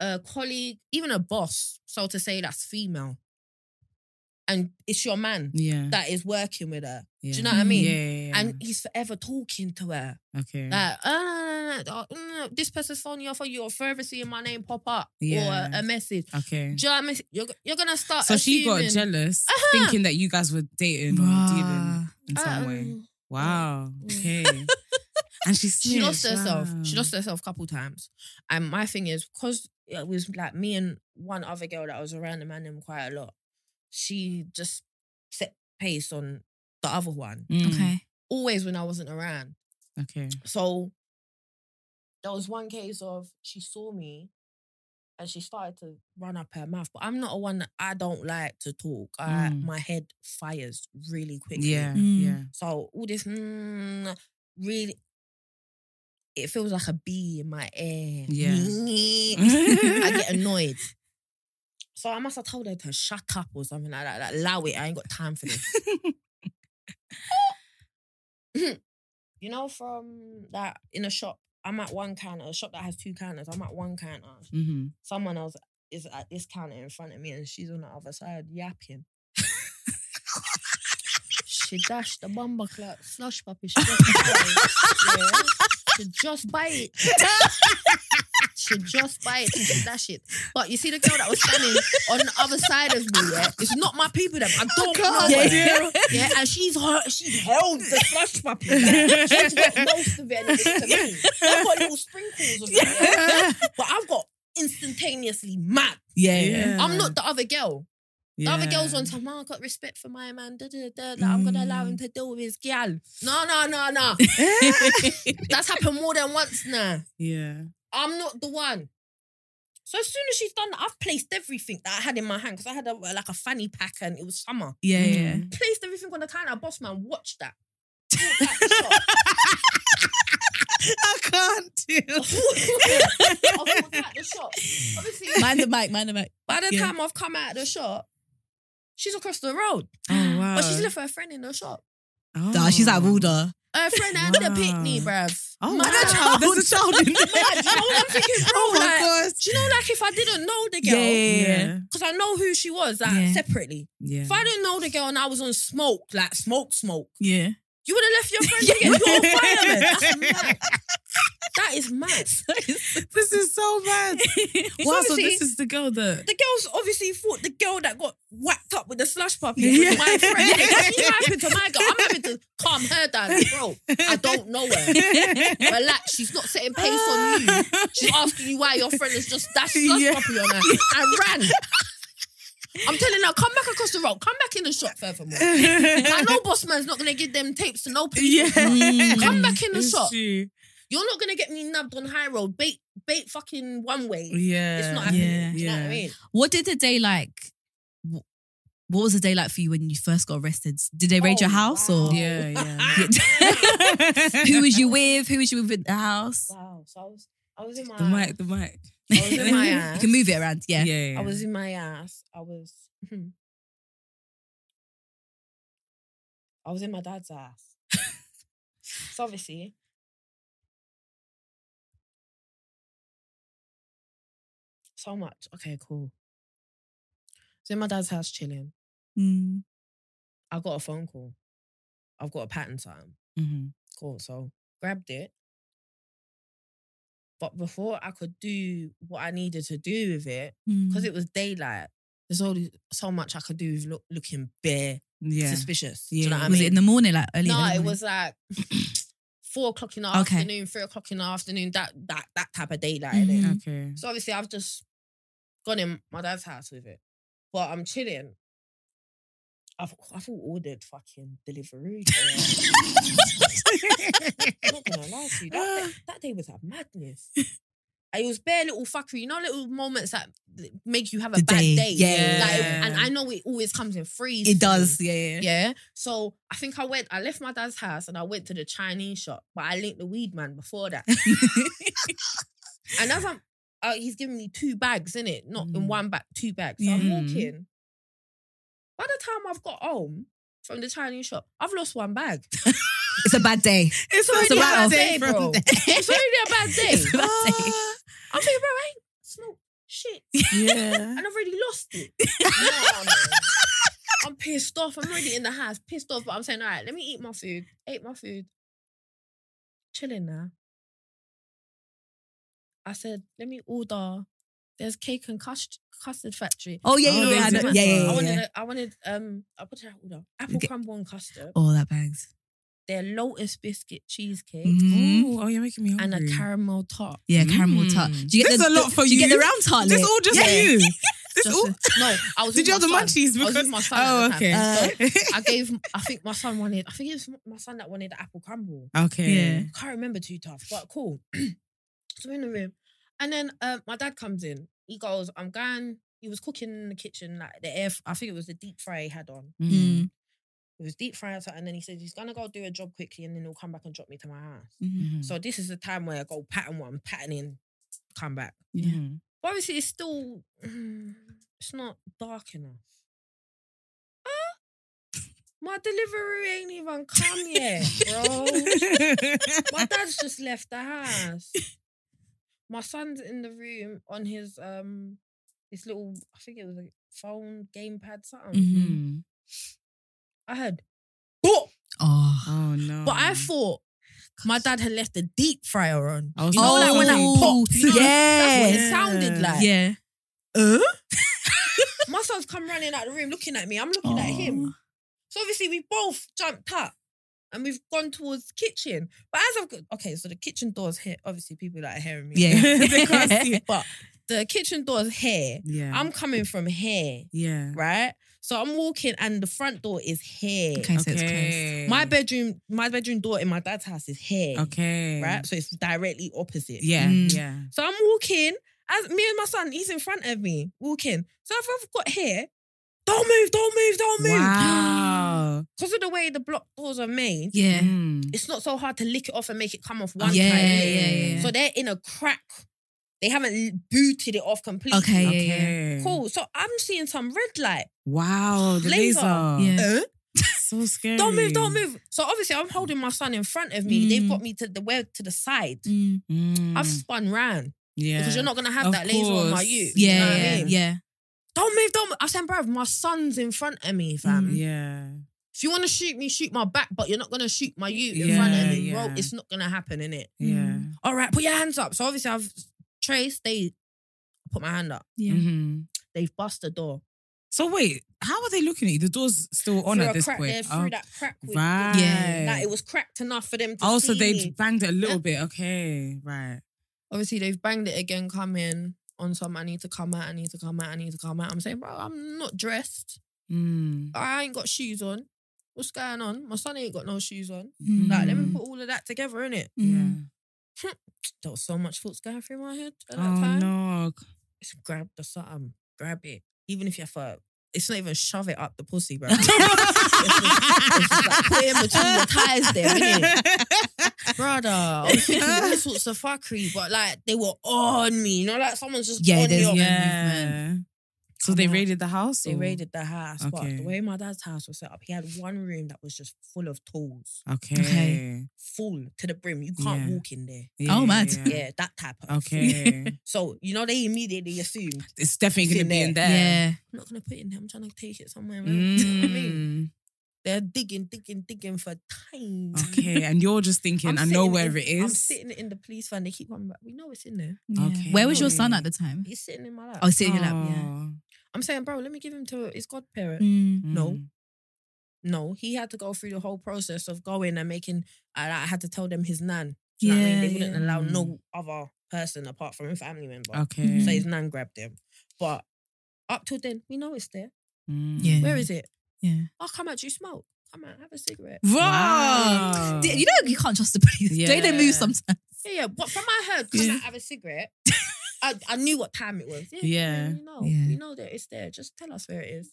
a colleague, even a boss, so to say, that's female, and it's your man Yeah. that is working with her, yeah. do you know what I mean? Yeah. yeah, yeah. and he's forever talking to her, okay. like, uh, uh, uh, this person's phone you off, you're forever seeing my name pop up Yeah. or a, a message. okay. Do you know what I mean? You're, you're gonna start. So she got assuming- jealous, Uh-huh. thinking that you guys were dating or dealing in some way. Um, Wow. Okay. (laughs) and she She lost snitched. herself. She Wow. lost herself a couple times. And my thing is, because it was like me and one other girl that was around the man them quite a lot, she just set pace on the other one. Mm, Okay. Always when I wasn't around. Okay. So there was one case of she saw me and she started to run up her mouth. But I'm not a one that I don't like to talk. I, Mm. My head fires really quickly. Yeah. Mm. Yeah. So all this mm, really, it feels like a bee in my ear. Yeah. (laughs) I get annoyed. So I must have told her to shut up or something like that. Like, allow it. I ain't got time for this. you know, from that in a shop, I'm at one counter. A shop that has two counters. I'm at one counter. Mm-hmm. (laughs) Someone else is at this counter in front of me, and she's on the other side yapping. she dashed the bumper clock slush puppy. She just, yeah. she just buy it. She just buy it. She dash it. But you see the girl that was standing on the other side of me. Yeah, it's not my people. Them. I don't know. God, her. yeah. yeah, and she's her, she held the slush puppy. Like, she's got most of it. And it's to me. I've got little sprinkles of it. yeah. But I've got instantaneously mad. Yeah. I'm not the other girl. The other Yeah. Mm. girl's on time. "Oh, I got respect for my man. Da, da, da, da. I'm gonna allow him to deal with his gal. No, no, (laughs) no, no. That's happened more than once now. yeah. I'm not the one. So as soon as she's done that, I've placed everything that I had in my hand because I had a, like a fanny pack and it was summer. Yeah, yeah. Mm. Placed everything on the counter. Boss man, watch that. Walked out the (laughs) shop. (laughs) I can't do. I walked out the shop. Obviously, Mind the mic, mind the mic. by the Yeah. time I've come out of the shop, she's across the road. Oh wow. But she's left her friend in the shop. Mm. Oh. Nah, she's ah. out of order. Her friend had a Wow. picnic, bruv. Oh Mad. wow. There's a child (laughs) in there. Mad. You know what (laughs) I'm thinking, bro? oh my like, gosh. do you know, like, if I didn't know the Yeah, girl, yeah, yeah. Yeah. because I know who she was, like, Yeah. separately. Yeah. If I didn't know the girl and I was on smoke, like, smoke, smoke, Yeah. you would have (laughs) left your friend Yeah. to get your fireman. That's mad. That is mad. (laughs) This is so bad. wow. So obviously- this is the girl (laughs) that. The girls obviously thought the girl that got whacked up with the slush puppy Yeah. was my friend. That's what happened to my girl. I'm having to calm her down. Like, bro, I don't know her. Relax, she's not setting pace on you. She's asking you why your friend has just dashed slush Yeah. puppy on her and ran. I'm telling her, come back across the road. Come back in the shop furthermore. (laughs) I know boss man's not going to give them tapes to no police. Yeah. Mm. Come back in the Is shop. she? You're not going to get me nabbed on high road. Bait, bait fucking one way. Yeah. It's not Yeah. happening. Do you know what I Yeah. mean? What did the day like? wh- What was the day like for you when you first got arrested? Did they raid Oh, your house wow. or Yeah. Yeah. Ah. (laughs) (laughs) who was (laughs) you with? Who was you with in the house? Wow. Oh, So I was, I was in my the mic. The mic. (laughs) I was in my (laughs) You ass. can move it around. Yeah. yeah. I was in my ass. I was. hmm. I was in my dad's ass. so obviously. So much. Okay, cool. So in my dad's house chilling. Mm. I got a phone call. I've got a pattern time. Mhm. Cool. So grabbed it. But before I could do what I needed to do with it, because Hmm. it was daylight, there's only so much I could do with look, looking bare Yeah. suspicious. Do you know Yeah. what I was mean? it in the morning, like early? in the no, it morning? was like (clears throat) four o'clock in the Okay. afternoon, three o'clock in the afternoon, that that that type of daylight. Mhm. innit? Okay. (laughs) So obviously I've just gone in my dad's house with it. But I'm chilling. I've I've all ordered fucking (laughs) delivery. I'm not gonna lie to you. That day, that day was a madness. It was bare little fuckery, you know, little moments that make you have a The bad day, day. yeah. Like, and I know it always comes in threes. It for me. does. Yeah. Yeah. Yeah. So I think I went, I left my dad's house and I went to the Chinese shop, but I linked the weed man before that. and as I'm, uh, he's giving me two bags, in it, Not in Mm. one bag, two bags. So I'm Yeah. walking. By the time I've got home from the Chinese shop, I've lost one bag. It's a bad day. It's It's a already bad our day, from bro. there. It's already (laughs) a bad It's a day. bad day. I'm thinking, bro, I ain't smoked (laughs) shit. (laughs) Yeah. and I've already lost (laughs) it. No, man. I'm pissed off. I'm already in the house, pissed off. But I'm saying, all right, let me eat my food. Ate my food. Chilling now. I said, let me order. There's cake and custard, custard factory. Oh yeah. Oh, Yeah. they yeah, I do know- that. yeah. Yeah. I yeah, wanted, yeah. a, I wanted, um, I put it out order apple Okay. crumble and custard. Oh, that bags. their lotus biscuit cheesecake Mhm. Ooh, oh, you're making me and hungry. a caramel tart. Yeah, caramel Mm. tart. Do you get This the, is a lot the- for do you. get you. the round tart. This Lick? all just Yeah. you. This Just all. a- no, (laughs) I was. Did with you have the my son. munchies? I was Because with my son. oh, at the okay. time. Uh, So I gave. I think my son wanted. I think it was my son that wanted the apple crumble. (laughs) okay. Yeah. can't remember too tough, but cool. (clears throat) so we're in the room. And then um, my dad comes in. He goes, I'm going. He was cooking in the kitchen, like the air, I think it was the deep fry he had on. Mm. Mm. It was deep frying, and then he says, he's going to go do a job quickly and then he'll come back and drop me to my house. Mhm. Mhm. Mm-hmm. So this is the time where I go pattern what I'm patterning, come back. Yeah. Mhm. But obviously, it's still, mm, it's not dark enough. Ah, my delivery ain't even come yet, bro. (laughs) My dad's just left the house. My son's in the room on his um his little I think it was a phone gamepad something. Mhm. Mhm. I heard but Oh. Oh no. but I thought my dad had left the deep fryer on. I was You know, like when that thinking- popped. You know, That's what it yeah. sounded like. Yeah. My son's come running out the room looking at me. I'm looking at Aw. him. So obviously we both jumped up and we've gone towards the kitchen. But as I've got okay, so the kitchen door's here. Obviously, people that are hearing me. (laughs) Yeah. They can't see (laughs) it. But the kitchen door's here. Yeah. I'm coming from here, yeah. right? So I'm walking, and the front door is here. Okay, so it's close. My bedroom, my bedroom door in my dad's house is here, Okay. right? So it's directly opposite. Yeah. Mm. Yeah. So I'm walking, as me and my son, he's in front of me walking. So if I've got here, don't move, don't move, don't move. (gasps) Wow. Because of the way the block doors are made, Yeah. Mm. it's not so hard to lick it off and make it come off Yeah. one time. Yeah. innit? Yeah. yeah. Mm. So they're in a crack. They haven't booted it off completely. Okay, yeah, yeah. Okay. Cool. So I'm seeing some red light. Wow. The laser. Laser. Yeah. Mm. Uh, So scary. Don't move, don't move. So obviously I'm holding my son in front of me. They've got me to the way to the side. Mm. Mm. I've spun round yeah. because you're not gonna have Of that laser on my course. you. Yeah. you know what yeah. I mean? yeah. Don't move, don't move. I said, bruv, my son's in front of me, fam. Yeah. If you wanna shoot me, shoot my back, but you're not gonna shoot my you in Yeah, front of me, yeah. bro. It's not gonna happen, innit? Yeah. All right, put your hands up. So obviously I've traced, they put my hand up. Yeah. Mhm. They've bust the door. So wait, how are they looking at you? The door's still on through at a this crack point. there, through Oh, that crack with right. Yeah, like it was cracked enough for them to Oh, so see they me. banged it a little bit. Okay, right. Obviously, they've banged it again, come in on some. I need to come out, I need to come out, I need to come out. I'm saying, bro, I'm not dressed. Mm. I ain't got shoes on. What's going on? My son ain't got no shoes on. Mm. Like, let me put all of that together, innit? Mm. There was so much thoughts going through my head at Yeah. that Oh time. no. Just grab the something, grab it. Even if you have to, it's not even shove it up the pussy, bro. it's (laughs) it's just like put it in between your ties (laughs) there, innit? Brother, I was thinking all sorts of fuckery, but like they were on me. You know, like someone's just Yeah, on there's- you. Yeah. So they Come on. raided the house. (laughs) They or- raided the house, but Okay. the way my dad's house was set up, he had one room that was just full of tools, Okay. Okay. full to the brim. You can't Yeah. walk in there. Oh, mad. Yeah, that type of. Okay. (laughs) So you know they immediately assumed it's definitely gonna It's in be in Yeah. there. I'm not gonna put it in there. I'm trying to take it somewhere. Else. (laughs) You know what I mean? (laughs) Mm. They're digging, digging, digging for time. Okay. And you're just thinking, I'm I know sitting where in- it I'm is. sitting in the police van. They keep coming back. We know it's in there. Yeah. Okay. Where was your son at the time? He's sitting in my lap. Oh, sitting in your lap. Yeah. Oh. I'm saying, bro, let me give him to his godparent. Mm. No. Mm. No, he had to go through the whole process of going and making. I, I had to tell them his nan. Do you know what I mean? They Yeah, wouldn't allow yeah. no other person apart from a family member. Okay. So his nan grabbed him. But up till then, we know it's there. Mm. Yeah. Where is it? Yeah. Oh, come out, you smoke. Come out, have a cigarette. Wow. Wow. You know you can't trust the police. Oh. Yeah. They don't move sometimes. Yeah, yeah. But from I heard, come Yeah. out, have a cigarette. I, I knew what time it was. Yeah, Yeah. man, we know. Yeah. We know that it's there. Just tell us where it is.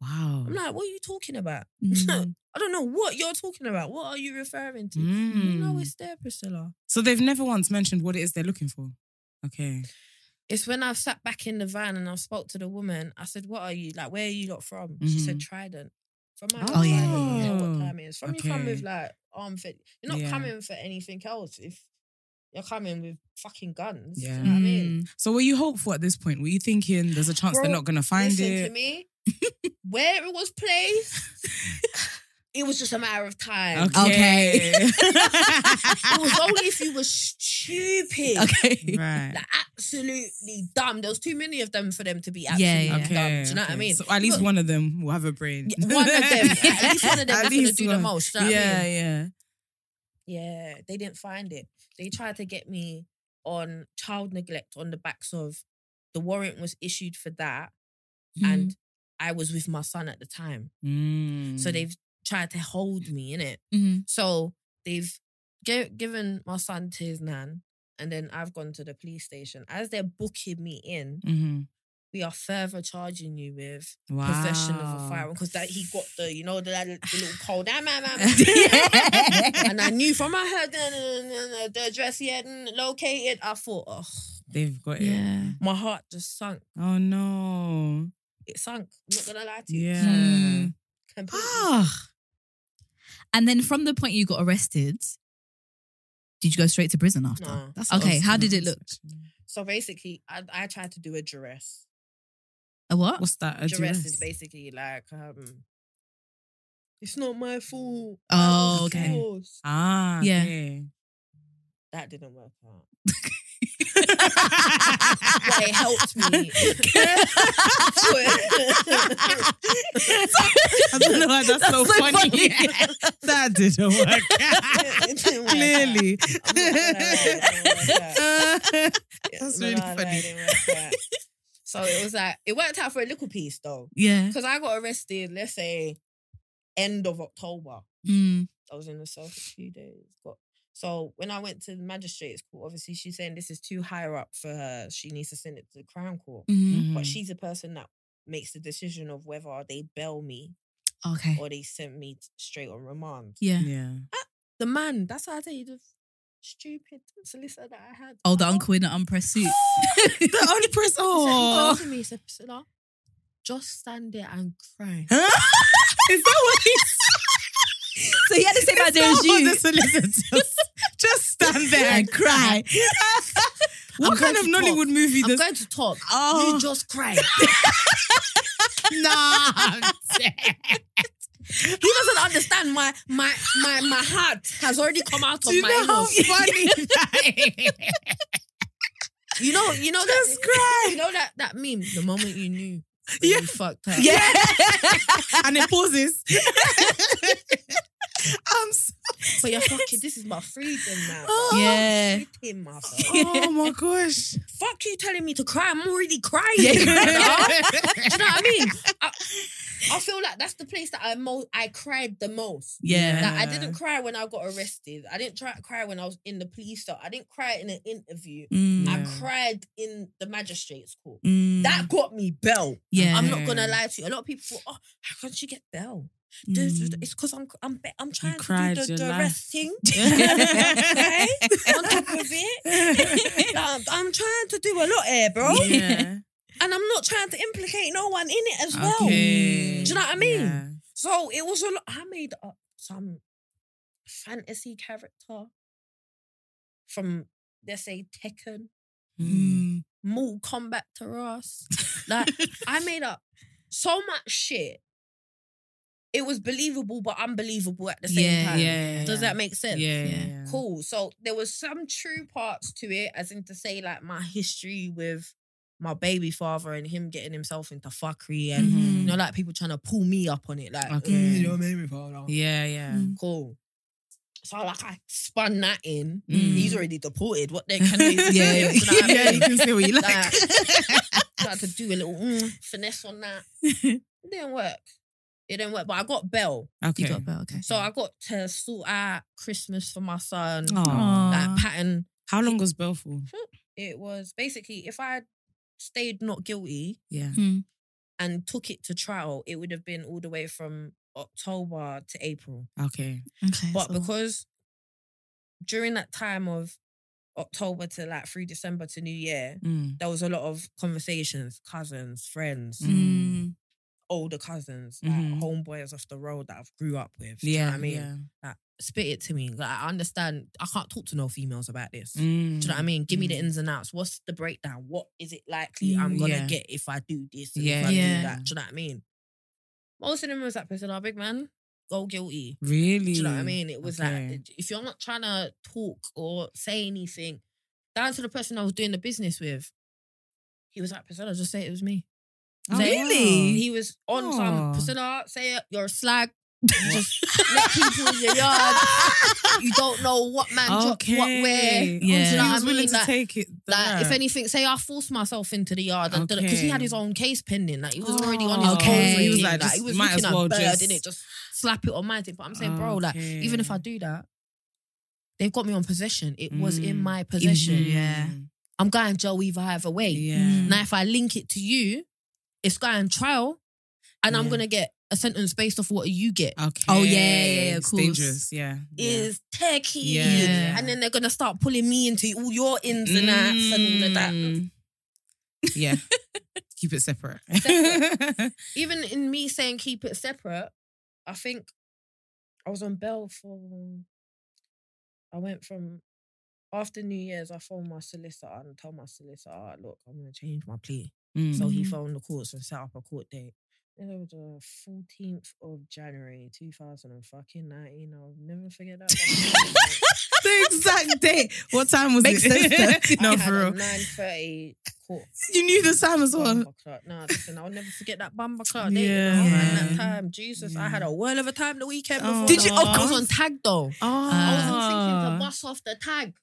Wow. I'm like, what are you talking about? Mm. I don't know what you're talking about. What are you referring to? You Mm. know it's there, Priscilla. So they've never once mentioned what it is they're looking for. Okay. It's when I've sat back in the van and I spoke to the woman. I said, "What are you like? Where are you lot from?" She said, Mhm. "Trident." From my Oh, yeah. you know what time it is. From you come Okay. with like arm fit. You're not Yeah. coming for anything else. If you're coming with fucking guns, Do you know what I mean. Mm. So were you hopeful at this point? Were you thinking there's a chance Bro, they're not gonna find Listen it? (laughs) to me. Where it was placed, it was just a matter of time. Okay. (laughs) It was only if you were stupid. Okay. right. (laughs) Like absolutely dumb. There was too many of them for them to be Yeah, absolutely yeah. dumb. Okay. Do you know what I okay. mean? So at least Look, one of them will have a brain. (laughs) Yeah, one of them. At least (laughs) one of them At is going to least do the one. most. do you know what I Yeah, mean? yeah. Yeah, they didn't find it. They tried to get me on child neglect on the backs of the warrant was issued for that, Mm-hmm. and I was with my son at the time. Mm. So they've tried to hold me in it. Mhm. So they've gi- given my son to his nan, and then I've gone to the police station. As they're booking me in, Mm-hmm. Mhm. we are further charging you with Wow. possession of a firearm because that he got the you know the, the little cold. Ah, man, man, (laughs) man. (laughs) Yeah. (laughs) and I knew from I heard the, the address he hadn't located. I thought, oh, They've got it. yeah. my heart just sunk. Oh no. It sunk. I'm not gonna lie to you. Yeah. Hmm. Completely. (gasps) Ah. And then from the point you got arrested, did you go straight to prison after? No. That's Okay, awesome. how did it look? So basically, I, I tried to do a duress. A what? What's that? A duress. duress? is basically like um it's not my fault. I Oh, was okay. forced. Ah, Yeah. (laughs) okay. That didn't work out. But it (laughs) helped me. I don't know why that's, so, funny. (laughs) that didn't (laughs) work. (laughs) It didn't work out. Clearly. I'm not gonna lie, it didn't (laughs) work out. That's No, really no, no, it funny. didn't work out. So it was like it worked out for a little piece though, yeah. because I got arrested. Let's say end of October. Mm. I was in the cell for a few days. Got so when I went to the magistrate's court, obviously she's saying this is too higher up for her. She needs to send it to the Crown Court. Mhm. Mm-hmm. But she's a person that makes the decision of whether they bail me Eh. Okay. or they send me t- straight on remand. Yeah. (laughs) yeah. The man, that's how I tell you the stupid solicitor that I had. Oh, the uncle in the unpressed suit. The only person. Oh. Oh. to me, he said, "Priscilla, just stand there and (laughs) cry. Is that what he so he had the same idea as Some of you. the solicitors just stand there and (laughs) cry. what I'm kind going of to talk. Nollywood movie I'm does? going to talk. Oh. You just (laughs) cry. nah, I'm dead. He doesn't understand my my my my heart has already come out of Do you my know how nose. funny that is? You know, you know (laughs) Just that cry. you know that that meme. The moment you knew, that Yeah. you fucked up. (laughs) and it pauses. I'm so- but you're fucking. This is my freedom now. Oh. Yeah. Flipping myself. oh my gosh. Fuck you telling me to cry. I'm already crying. Yeah. brother. (laughs) Do you know what I (laughs) mean? I, I feel like that's the place that I most I cried the most. Yeah. Like, I Yeah. didn't cry when I got arrested. I didn't try, cry when I was in the police. Cell. I didn't cry in an interview. Mm. Yeah. I cried in the magistrate's court. Mm. That got me bail. Yeah. I'm (laughs) not Mm. gonna lie to you. A lot of people, thought, oh, how can't you get bail? (laughs) Duh, duh, (laughs) duh. Mm. It's because I'm I'm be- I'm trying cried to do your the, the life. (laughs) resting. okay, on top of it, (laughs) um, I'm trying to do a lot here, bro, Yeah. (laughs) and I'm not trying to implicate no one in it as well. Okay. Do you know what I mean? Yeah. So it was a lot. I made up some fantasy character from let's say Tekken, Mm. Mortal Kombat to us. Like I made up so much shit. It was believable, but unbelievable at the same Yeah, time. yeah, Mm. Does yeah. that make sense? Yeah. Yeah. yeah. Cool. So there was some true parts to it, as in to say like my history with my baby father and him getting himself into fuckery and you Mhm. know like people trying to pull me up on it like Okay. "Mm, your baby father. Yeah, yeah. Mm. Cool. So like I spun that in. Mm. He's already deported. What they can they (laughs) do? Yeah, Do you know what I (laughs) yeah, mean? you can say what you like. Like, tried to do a little mm, finesse on (laughs) that. It didn't work. It didn't work. But I got bail. (laughs) You Okay. got that. Okay. So I got to sort out Christmas for my son. Aw. That Aw. pattern. How long was Bell for? It was basically if I stayed not guilty Yeah. Mm. and took it to trial, it would have been all the way from October to April. Okay. Okay. But so- because during that time of October to like through December to New Year, Mm. there was a lot of conversations, cousins, friends, Mm. older cousins, Mhm. like homeboys off the road that I've grew up with. do you know Yeah. what I mean? Yeah. Spit it to me. Like, I understand. I can't talk to no females about this. Mm. Do you know what I mean? Give me the Mm. ins and outs. What's the breakdown? What is it likely I'm Mm, gonna yeah. get if I do this? And Yeah, if I yeah. do that. Do you know what I mean? Most of them was like, "Person, our big man, go guilty." Really? Do you know what I mean? It was Mm, Okay. like if you're not trying to talk or say anything, down to the person I was doing the business with, he was like, Priscilla, just say it was me. Oh, Say it. really? Oh. He was on some Aw. (laughs) Priscilla, say it, you're a slag. You just let people in your yard. You don't know what man dropped what where. Yeah. You So know he what was I willing mean? to Like- take it. Like, if there. anything, say I forced myself into the yard and did it because he Okay. had his own case pending. Like, he was already on his Oh, okay. own. He was thing, like, just he was might looking as well at bird, just- innit? Just slap it on my thing. But I'm saying, bro, like, even if I do that, they've got me on possession. It was in Mm. my possession. Mm. Yeah. I'm going jail either either way. Yeah. Now, if I link it to you, it's going trial, and I'm Yeah. gonna get a sentence based off what you get. Okay. Oh, yeah, yeah, yeah, of It's course. dangerous. Yeah. yeah. Is techie, Yeah. and then they're gonna start pulling me into all your ins and outs and all of that. Mm. Yeah. Keep it separate. Even in me saying keep it separate, I think I was on bail for. I went from after New Year's. I phoned my solicitor and told my solicitor, "Ah, "Look, I'm gonna change my plea." Mm. So he Mm-hmm. Mhm. phoned the courts and set up a court date. And it was the fourteenth of January, two thousand and fucking nineteen. I'll never forget that. fucking day. (laughs) the exact date. What time was Makes (laughs) it? sense, no, I had for a real. nine thirty (laughs) court. You knew the time as well. Bumper clock. Nah, listen, I'll never forget that bumper clock date. Yeah, Yeah, that man. time, Jesus, I had Yeah. a whirl of a time the weekend before. Oh, Did you- that. of I was course. on tag though. Oh, I was thinking to Ah. bust off the tag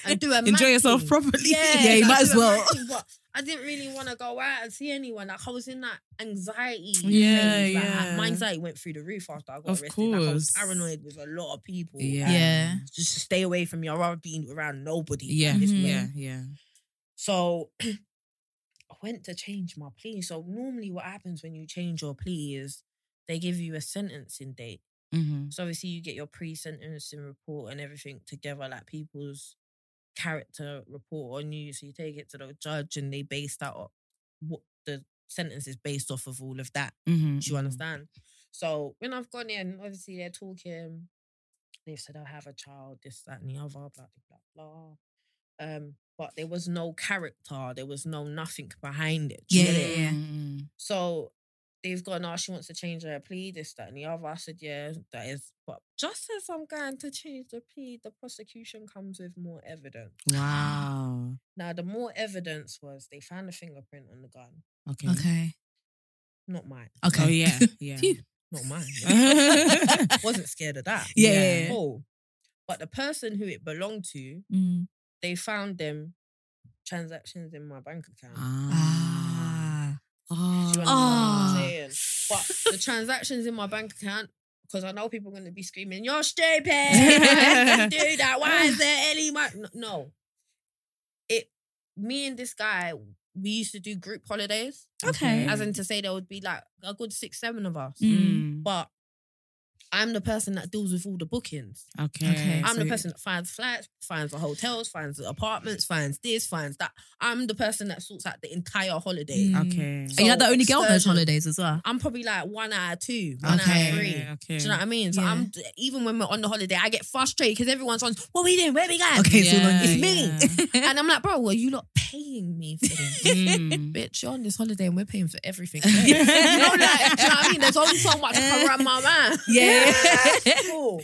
(laughs) and do a mad enjoy yourself thing. properly. (laughs) Yeah, Yeah, you like, might as do a mad (laughs) well. thing, but I didn't really want to go out and see anyone. Like I was in that anxiety. Yeah, phase. Like, I- My yeah. anxiety went through the roof after I got Of arrested. Like, I course. was paranoid with a lot of people. Yeah. Like, Yeah. just stay away from me. I'd rather be around nobody. Yeah, mm-hmm. at this Mhm. yeah, point. yeah. So (clears throat) I went to change my plea. So normally what happens when you change your plea is they give you a sentencing date. Mm-hmm. So obviously you get your pre-sentencing report and everything together, like people's character report on you. So you take it to the judge and they base that up. What the sentence is based off of all of that. Mm-hmm. Do you understand? So when I've gone in, obviously they're talking. They said I'll have a child, this, that, and the other, blah, blah, blah, blah. Um, but there was no character, there was no nothing behind it. do you Yeah, get it? yeah, yeah. Mm-hmm. So they've gone, oh, she wants to change her plea, this, that, and the other. I said, yeah, that is. But just as I'm going to change the plea, the prosecution comes with more evidence. Wow. Now, the more evidence was they found a fingerprint on the gun, Okay. Okay. not mine, Okay. Oh yeah, yeah. (laughs) Phew. not mine. yeah. wasn't scared of that. Yeah, Yeah. yeah, yeah. Cool. But the person who it belonged to, Mm. they found them transactions in my bank account. Ah. Ah. Do you understand Ah. what I'm saying? But the transactions in my bank account, because I know people are going to be screaming, "You're stupid! (laughs) Why did you do that? Why is there any money?" No, it. Me and this guy, we used to do group holidays, Okay. as in to say there would be like a good six, seven of us. Mm. But I'm the person that deals with all the bookings. Okay. Okay. I'm the so- person that finds flats, finds the hotels, finds the apartments, finds this, finds that. I'm the person that sorts out the entire holiday. Mm. Okay. Are you like the So, only girl on those excursion. holidays as well? I'm probably like one out of two, one out Okay. of three. Okay. Do you know what I mean? So Yeah. I'm even when we're on the holiday, I get frustrated because everyone's on, what we doing? Where we going? Okay, it's all on Yeah, you. It's me. Yeah. (laughs) And I'm like, bro, well, you not paying me for (laughs) this. Mm. Bitch, you're on this holiday and we're paying for (laughs) everything. you know, like, do you know what I mean? There's only so much I can run (laughs) my mind. (laughs) Cool.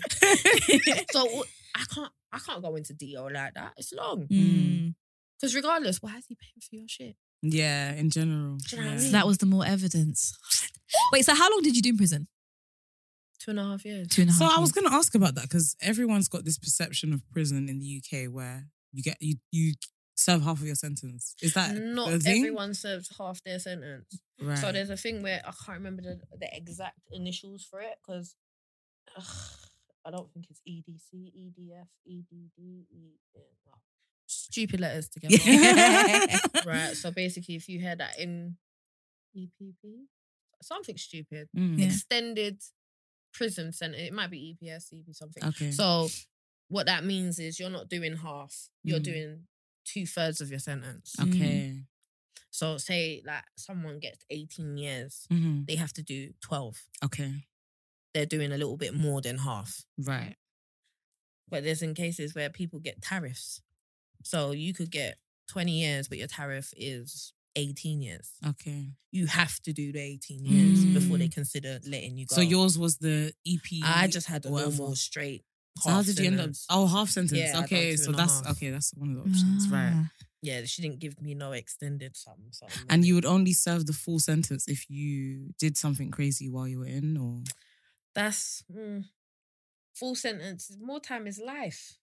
so I can't I can't go into DO like that. It's long. Mm. Because regardless, why is he paying for your shit? Yeah. In general. Do you know what I So yeah. mean? that was the more evidence. Wait, so how long did you do in prison? Two and a half years. Two and a half. So I was years. going to ask about that because everyone's got this perception of prison in the UK where you get you you serve half of your sentence. Is that Not a thing? everyone serves half their sentence. Right. So there's a thing where I can't remember the, the exact initials for it because I don't think it's E EDC, EDF, EDD, E- yeah, well, stupid letters together. (laughs) (laughs) right. So basically, if you hear that in E EPP, something stupid, Mm. Yeah. extended prison sentence, it might be E EPS, EP something. Okay. So what that means is you're not doing half, you're Mm. doing two thirds of your sentence. mm. okay. So say like someone gets 18 years Mhm. they have to do 12. Okay. They're doing a little bit more than half. Right. But there's in cases where people get tariffs. So you could get 20 years, but your tariff is 18 years. Okay. You have to do the 18 years before they Mm. consider letting you go. So yours was the E EP. I just had a whatever. normal straight. So how half did you end up? sentence. Oh, half sentence. Yeah, I done okay, two so and a that's half. Mm. okay. That's one of the options, right? Ah. Yeah, she didn't give me no extended something. something And you would only serve the full sentence if you did something crazy while you were in, or That's Mm-hmm. mm, full sentence. More time is life.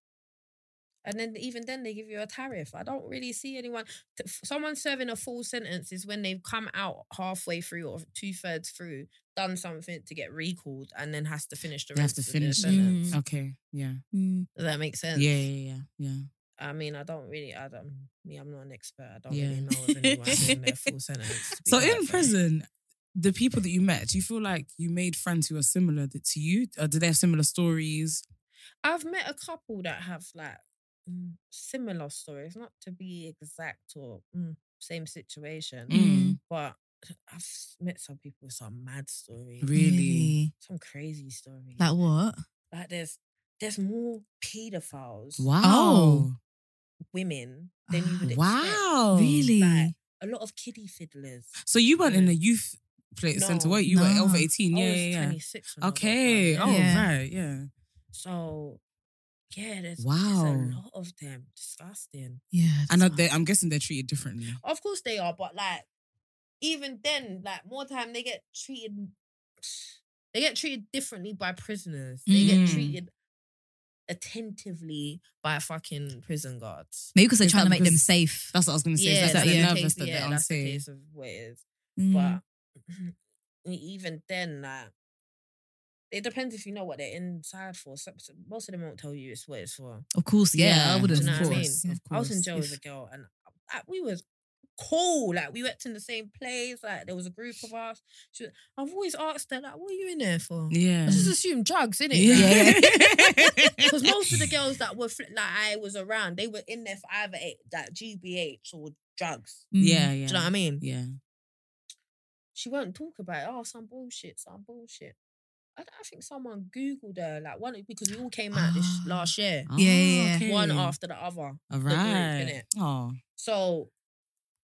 And then even then they give you a tariff. I don't really see anyone. t- f- Someone serving a full sentence is when they've come out halfway through or two thirds through, done something to get recalled, and then has to finish the They have rest to of their finish it. sentence. Okay. Yeah. Mm. Does that make sense? Yeah. Yeah. Yeah. Yeah. I mean, I don't really. I don't. Me, I'm not an expert. I don't Yeah. really know of anyone in their full (laughs) sentence. to be So in perfect. prison, the people that you met, do you feel like you made friends who are similar th- to you? Or do they have similar stories? I've met a couple that have like mm, similar stories, not to be exact or mm, same situation, Mm. but (sighs) I've s- met some people with some mad stories, Really? some crazy stories. Like what? Like there's there's more pedophiles, Wow. Oh. women than you (gasps) would expect. Wow. Really? Like a lot of kiddie fiddlers. So you weren't in a youth play No. center, were you? You were No. over 18. I Yeah, was yeah, yeah. 26. when I got Okay. found, Oh, yeah. Yeah. right. Yeah. So yeah, there's, there's a Wow. lot of them. Disgusting. Yeah. And are they, I'm guessing they're treated differently. Of course they are, but like even then, like more time they get treated (sniffs) they get treated differently by prisoners. They Mm. get treated attentively by fucking prison guards. Maybe because they're Is trying to that make them because- safe. That's what I was going to say. Yeah, is that's that they're the nervous case- that yeah, they're that's the unsafe. Mm-hmm. case of what it is. Mm. But (clears throat) even then, like it depends if you know what they're inside for. So, so most of them won't tell you it's what it's for. of course, yeah. I Yeah, would have. do you know of what I mean? course. of I was in course. jail If- (laughs) with a girl, and I, we was cool. Like we worked in the same place. Like there was a group of us. She was, I've always asked her, like, what are you in there for? Yeah. I just (laughs) assume drugs, innit? (laughs) Yeah. Because most of the girls that were fl- like I was around, they were in there for either a, like GBH or drugs. Mm. Yeah. Do you know what Yeah. I mean? Yeah. She won't talk about it. Oh, some bullshit, some bullshit. I, I think someone googled her like one because we all came out this Ah. last year, Ah, yeah, yeah. one okay. after the other. All group, right. innit? Oh, So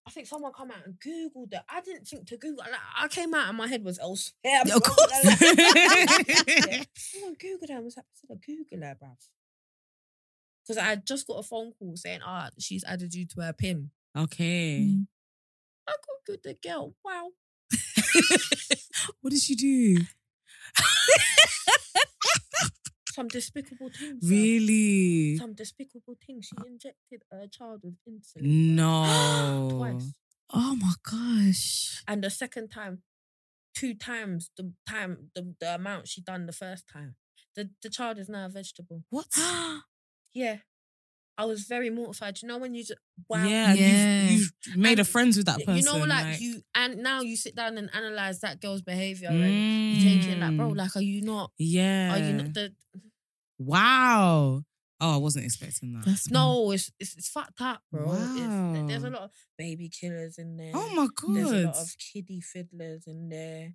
I think someone come out and Googled it. I didn't think to Google. Like, I came out and my head was elsewhere. Of course. (laughs) Yeah. Someone Googled her and was like, I said, Google her, bruv. Because I had just got a phone call saying, ah, she's added you to her pin. okay. Mm. I Googled the girl. Wow. (laughs) What did she do? Some despicable things. bruv. Really? Some despicable things. She injected a child with (gasps) insulin. bruv. (gasps) No. Twice. Oh my (laughs) (laughs) gosh. And the second time, two times the time the, the amount she done the first time. The the child is now a vegetable. What? Yeah. I was very mortified. You know when you just (gasps) wow. Yeah, and Yeah. You've, you've made a And friends with that person. You know, like, you and now you sit down and analyze that girl's behavior and mm, you're thinking like, bro, like, are you not? yeah. Mm. Are you not the? wow. Oh, I wasn't expecting that. That's No, it's it's, it's fucked up, bro. It's, there's Wow. a lot of baby killers in there. oh my There's a god. lot of kiddie fiddlers in there.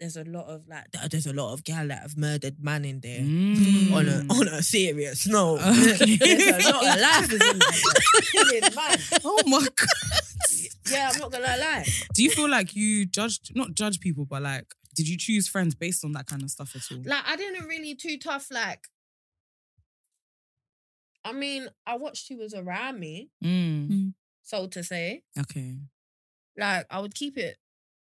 There's a lot of like, th- there's a lot of gal that have murdered man in there. Mm. On a on a serious note, Okay. (laughs) there's a lot of life is in there. Killing man. (laughs) oh (laughs) my god. Yeah, I'm not gonna lie. Do you feel like you judged not judge people, but like did you choose friends based on that kind of stuff at all? Like I didn't really too tough. Like, I mean, I watched who was around me, Mm. so to say. Okay. Like I would keep it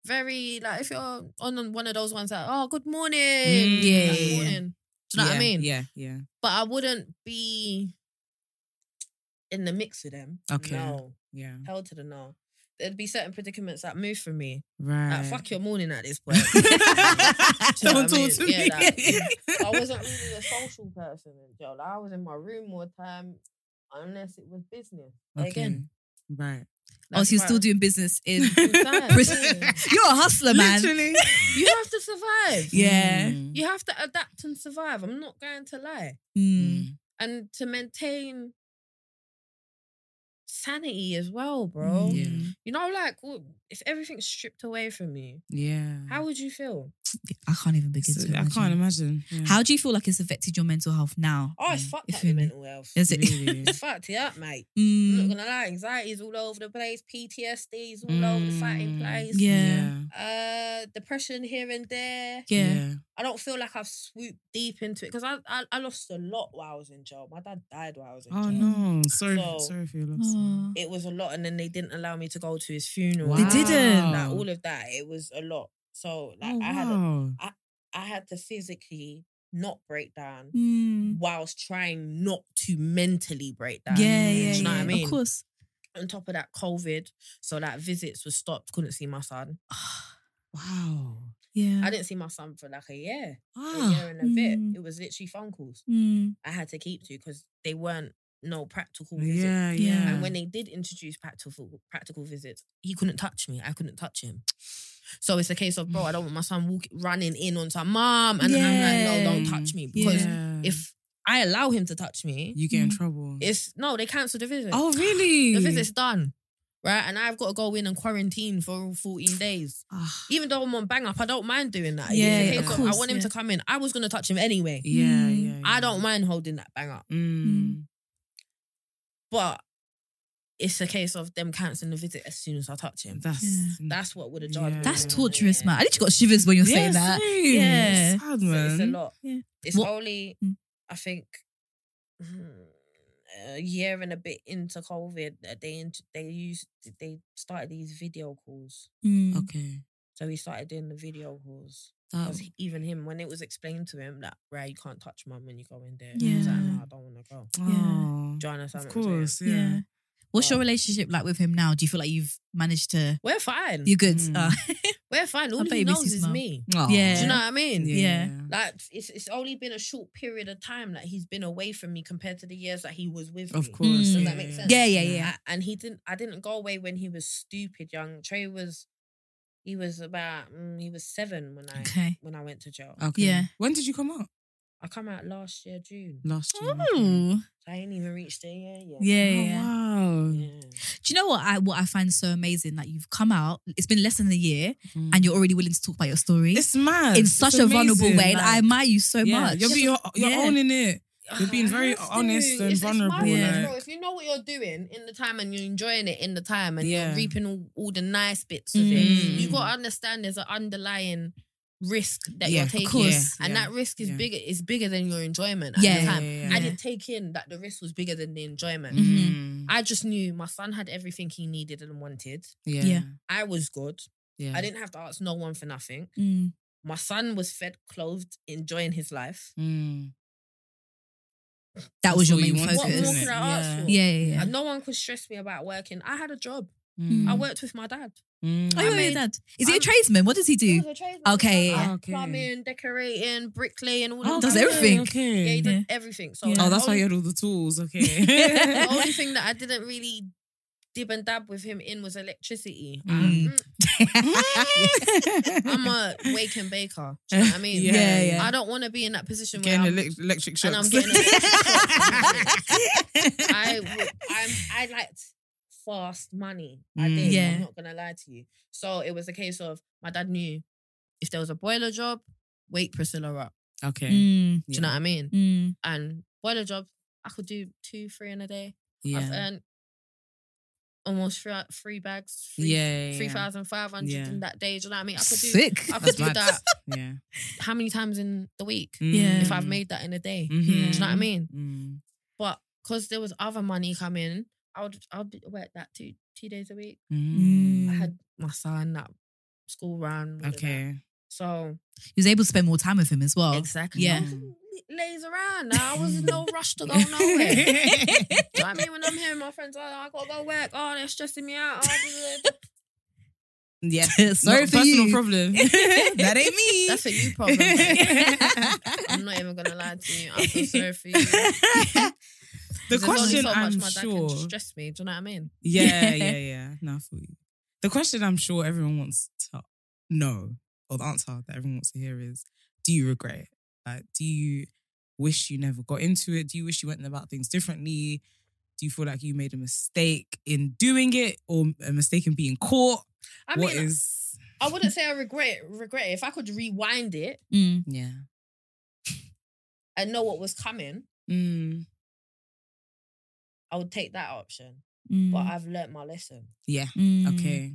very like if you're on one of those ones that oh good morning, Mm, yeah, like, yeah, yeah. morning. Do you know what I Yeah, mean? Yeah, yeah. But I wouldn't be in the mix with them. Okay. No, Yeah. held to the no. There'd be certain predicaments that move for me. Right. Like (laughs) fuck your morning at (laughs) this point. (laughs) Someone Do you know talk what I to mean? me. (laughs) Yeah, like, I wasn't really a social person, eh, Joe. Like, I was in my room more time, unless it was business. Like, Again, Right. Oh, so you're why still I'm- doing business (laughs) in Full time, prison. yeah. (laughs) You're a hustler, man. (laughs) Literally. (laughs) You have to survive. Yeah. Mm. You have to adapt and survive. I'm not going to lie. Mm. Mm. And to maintain sanity as well, Mm, bro. Yeah. You know, like w- if everything's stripped away from you, Yeah. how would you feel? I can't even begin So- to. I Imagine. can't imagine. Yeah. How do you feel like it's affected your mental health now? Oh, it's Mm. fucked If up your you- mental health. Is it? Really. (laughs) It's fucked you up, mate. I'm Mm. not gonna lie, anxiety's all over the place, PTSD's all over the Mm. fighting place. Yeah. Uh depression here and there. Yeah. I don't feel like I've swooped deep into it because I, I I lost a lot while I was in jail. My dad died while I was in Oh jail. no. Sorry. So- sorry for your loss. Oh. It was a lot, and then they didn't allow me to go to his funeral. They didn't. Like all of that, it was a lot. So like oh, I had a, wow. I had to physically not break down Mm. whilst trying not to mentally break down. Yeah, yeah, Do you know yeah. what I mean? Of course. On top of that, COVID, so like visits were stopped. Couldn't see my son. Wow. yeah. I didn't see my son for like a year, a Ah. year and a bit. Mm. It was literally phone calls. Mm. I had to keep to because they weren't no practical visits. Yeah, yeah. Yeah. And when they did introduce practical practical visits, he couldn't touch me. I couldn't touch him. So it's a case of bro, I don't want my son walk, running in on some mom, and I'm like, no, don't Yeah. touch me because Mm, Yeah. if I allow him to touch me, you get in Mm. trouble. it's no, they cancelled the visit. oh, really? the visit's done. Right, and I've got to go in and quarantine for all 14 days. Ah, Even though I'm on bang up, I don't mind doing that. It's Yeah, a yeah, case of I course, want him yeah. to come in. I was gonna touch him anyway. yeah, Mm. yeah, yeah. I don't mind holding that bang up. Mm. But it's a case of them canceling the visit as soon as I touch him. That's Yeah. That's what would have jarred me. Yeah. That's Yeah. torturous, man. I literally got shivers when you're yeah, saying that. same. Yeah. It's sad, So it's a man. lot. Yeah. It's What- only, Mm. I think, mm, a year and a bit into COVID that they int- they used they started these video calls. Mm. Okay. So he started doing the video calls. That, Oh. 'Cause even him, when it was explained to him that right, you can't touch mum when you go in there. He was like, Yeah. no, I don't want to go. oh, Do of you understand what I'm saying? course. Yeah. Yeah. What's your Wow. relationship like with him now? Do you feel like you've managed to? We're fine. You're good. Mm. Uh, We're fine. All bet he he misses knows is Mum. me. Oh, Yeah. Do you know what I mean? Yeah. Like it's it's only been a short period of time that he's been away from me compared to the years that he was with me. Of course. Does yeah, mm, that make (laughs) sense? yeah, yeah, yeah. I- and he didn't. I didn't go away when he was stupid young. Trey was, he was about, mm, he was seven when I Okay. when I went to jail. Okay. Yeah. When did you come out? I come out last year June. Last year. Oh, okay. Mm. Ooh. So I ain't even reached there yet. yet. Yeah, Oh, yeah. yeah. wow. Yeah. Do you know what I what I find so amazing? Like you've come out, it's been less than a year, Mm. and you're already willing to talk about your story it's mad. in It's such a vulnerable amazing, way. Like, I like- admire you so yeah, much. You're, be- you're, you're Yeah. owning it. You're Ah, (sighs) being I very have to. honest and It's- it's vulnerable, marvelous, like- bro. If you know what you're doing in the time and you're enjoying it in the time and Yeah. you're reaping all, all the nice bits of Mm. it, you got to understand there's an underlying risk that Yeah, you're of taking. course. And Yeah, that risk is yeah. bigger is bigger than your enjoyment at Yeah, the time. yeah, yeah, I yeah. didn't take in that the risk was bigger than the enjoyment. Mhm. Mm. I just knew my son had everything he needed and wanted. Yeah. Yeah. I was good. Mm-hmm. Mm-hmm. Yeah. I didn't have to ask no one for nothing. Mm. My son was fed, clothed, enjoying his life. Mm. That was That's your all you main wanted, focus. What more isn't could it? I ask Yeah. for? Yeah, yeah, yeah. And no one could stress me about working. I had a job. Mm. I Mm. worked with my dad. Mm. Oh, yeah, made- yeah, dad. Is he a I'm- tradesman? What does he He do? was a tradesman. Okay, He yeah. done Okay. Plumbing, decorating, bricklaying, all Oh, of Does that. okay, everything. Okay. Yeah, he did Yeah. everything. So Oh, Oh, the that's why only- you had all the tools. (laughs) Okay. The (laughs) only thing that I didn't really dib and dab with him in was electricity. Mm. Mm, (laughs) I'm a wake and baker. (laughs) Do you know what I mean? Yeah, Yeah, yeah. I don't want to be in that position where getting I'm, elec- electric and I'm shocks. getting electric (laughs) (laughs) shocks. I would, I'm, I liked fast money. I Mm. did. Yeah. I'm not gonna lie to you. So it was a case of my dad knew if there was a boiler job, wake Priscilla up. okay. Mm, Do you know what I mean? mm, And boiler job, I could do two, three in a day. I've Yeah. earned almost three, three bags, three, Yeah. three thousand five hundred Yeah. in that day. Do you know what I mean? I could do Sick. I could That's do mad. that Yeah. how many times in the week Mm. Yeah. if I've made that in a day. Mhm. Do Do you know what I Mm. mean? Mm. But because there was other money coming, I would I would work that two two days a week. Mm. I had my son that school round. all of that. Okay. Oh, So He was able to spend more time with him as well. exactly. yeah. I wasn't lays around. Now. I was in (laughs) no rush to go nowhere. Do you know what I mean? When I'm hearing my friends, oh, I gotta go work. Oh, they're stressing me out. Oh, yeah. (laughs) Sorry Not for personal you. problem. (laughs) (laughs) that ain't me. (laughs) that's a you problem. (laughs) I'm not even gonna lie to you. I'm so sorry for you. (laughs) the There's only question so much I'm my dad can sure. stress me. Do you know what I mean? Yeah, yeah, yeah. No, I feel you. The question I'm sure everyone wants to know, or the answer that everyone wants to hear is, do you regret it? Like, do you wish you never got into it? Do you wish you went about things differently? Do you feel like you made a mistake in doing it or a mistake in being caught? I What is? mean, I wouldn't say I regret it, regret it. If I could rewind it Mm, yeah. and know what was coming, Mm, I would take that option. mm, But I've learnt my lesson. yeah. mm. Okay.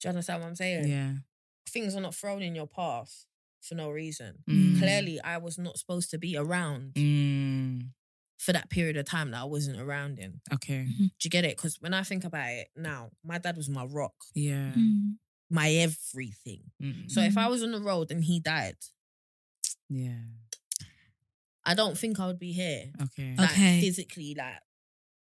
Do you understand what I'm saying? Yeah. Things are not thrown in your path for no reason. Mm. Clearly, I was not supposed to be around Mm, for that period of time that I wasn't around in. okay. Do you get it? Because when I think about it now, my dad was my rock, Yeah. Mm. my everything. Mm. So if I was on the road and he died, Yeah. I don't think I would be here. Okay. Uh, Like, Okay. physically, like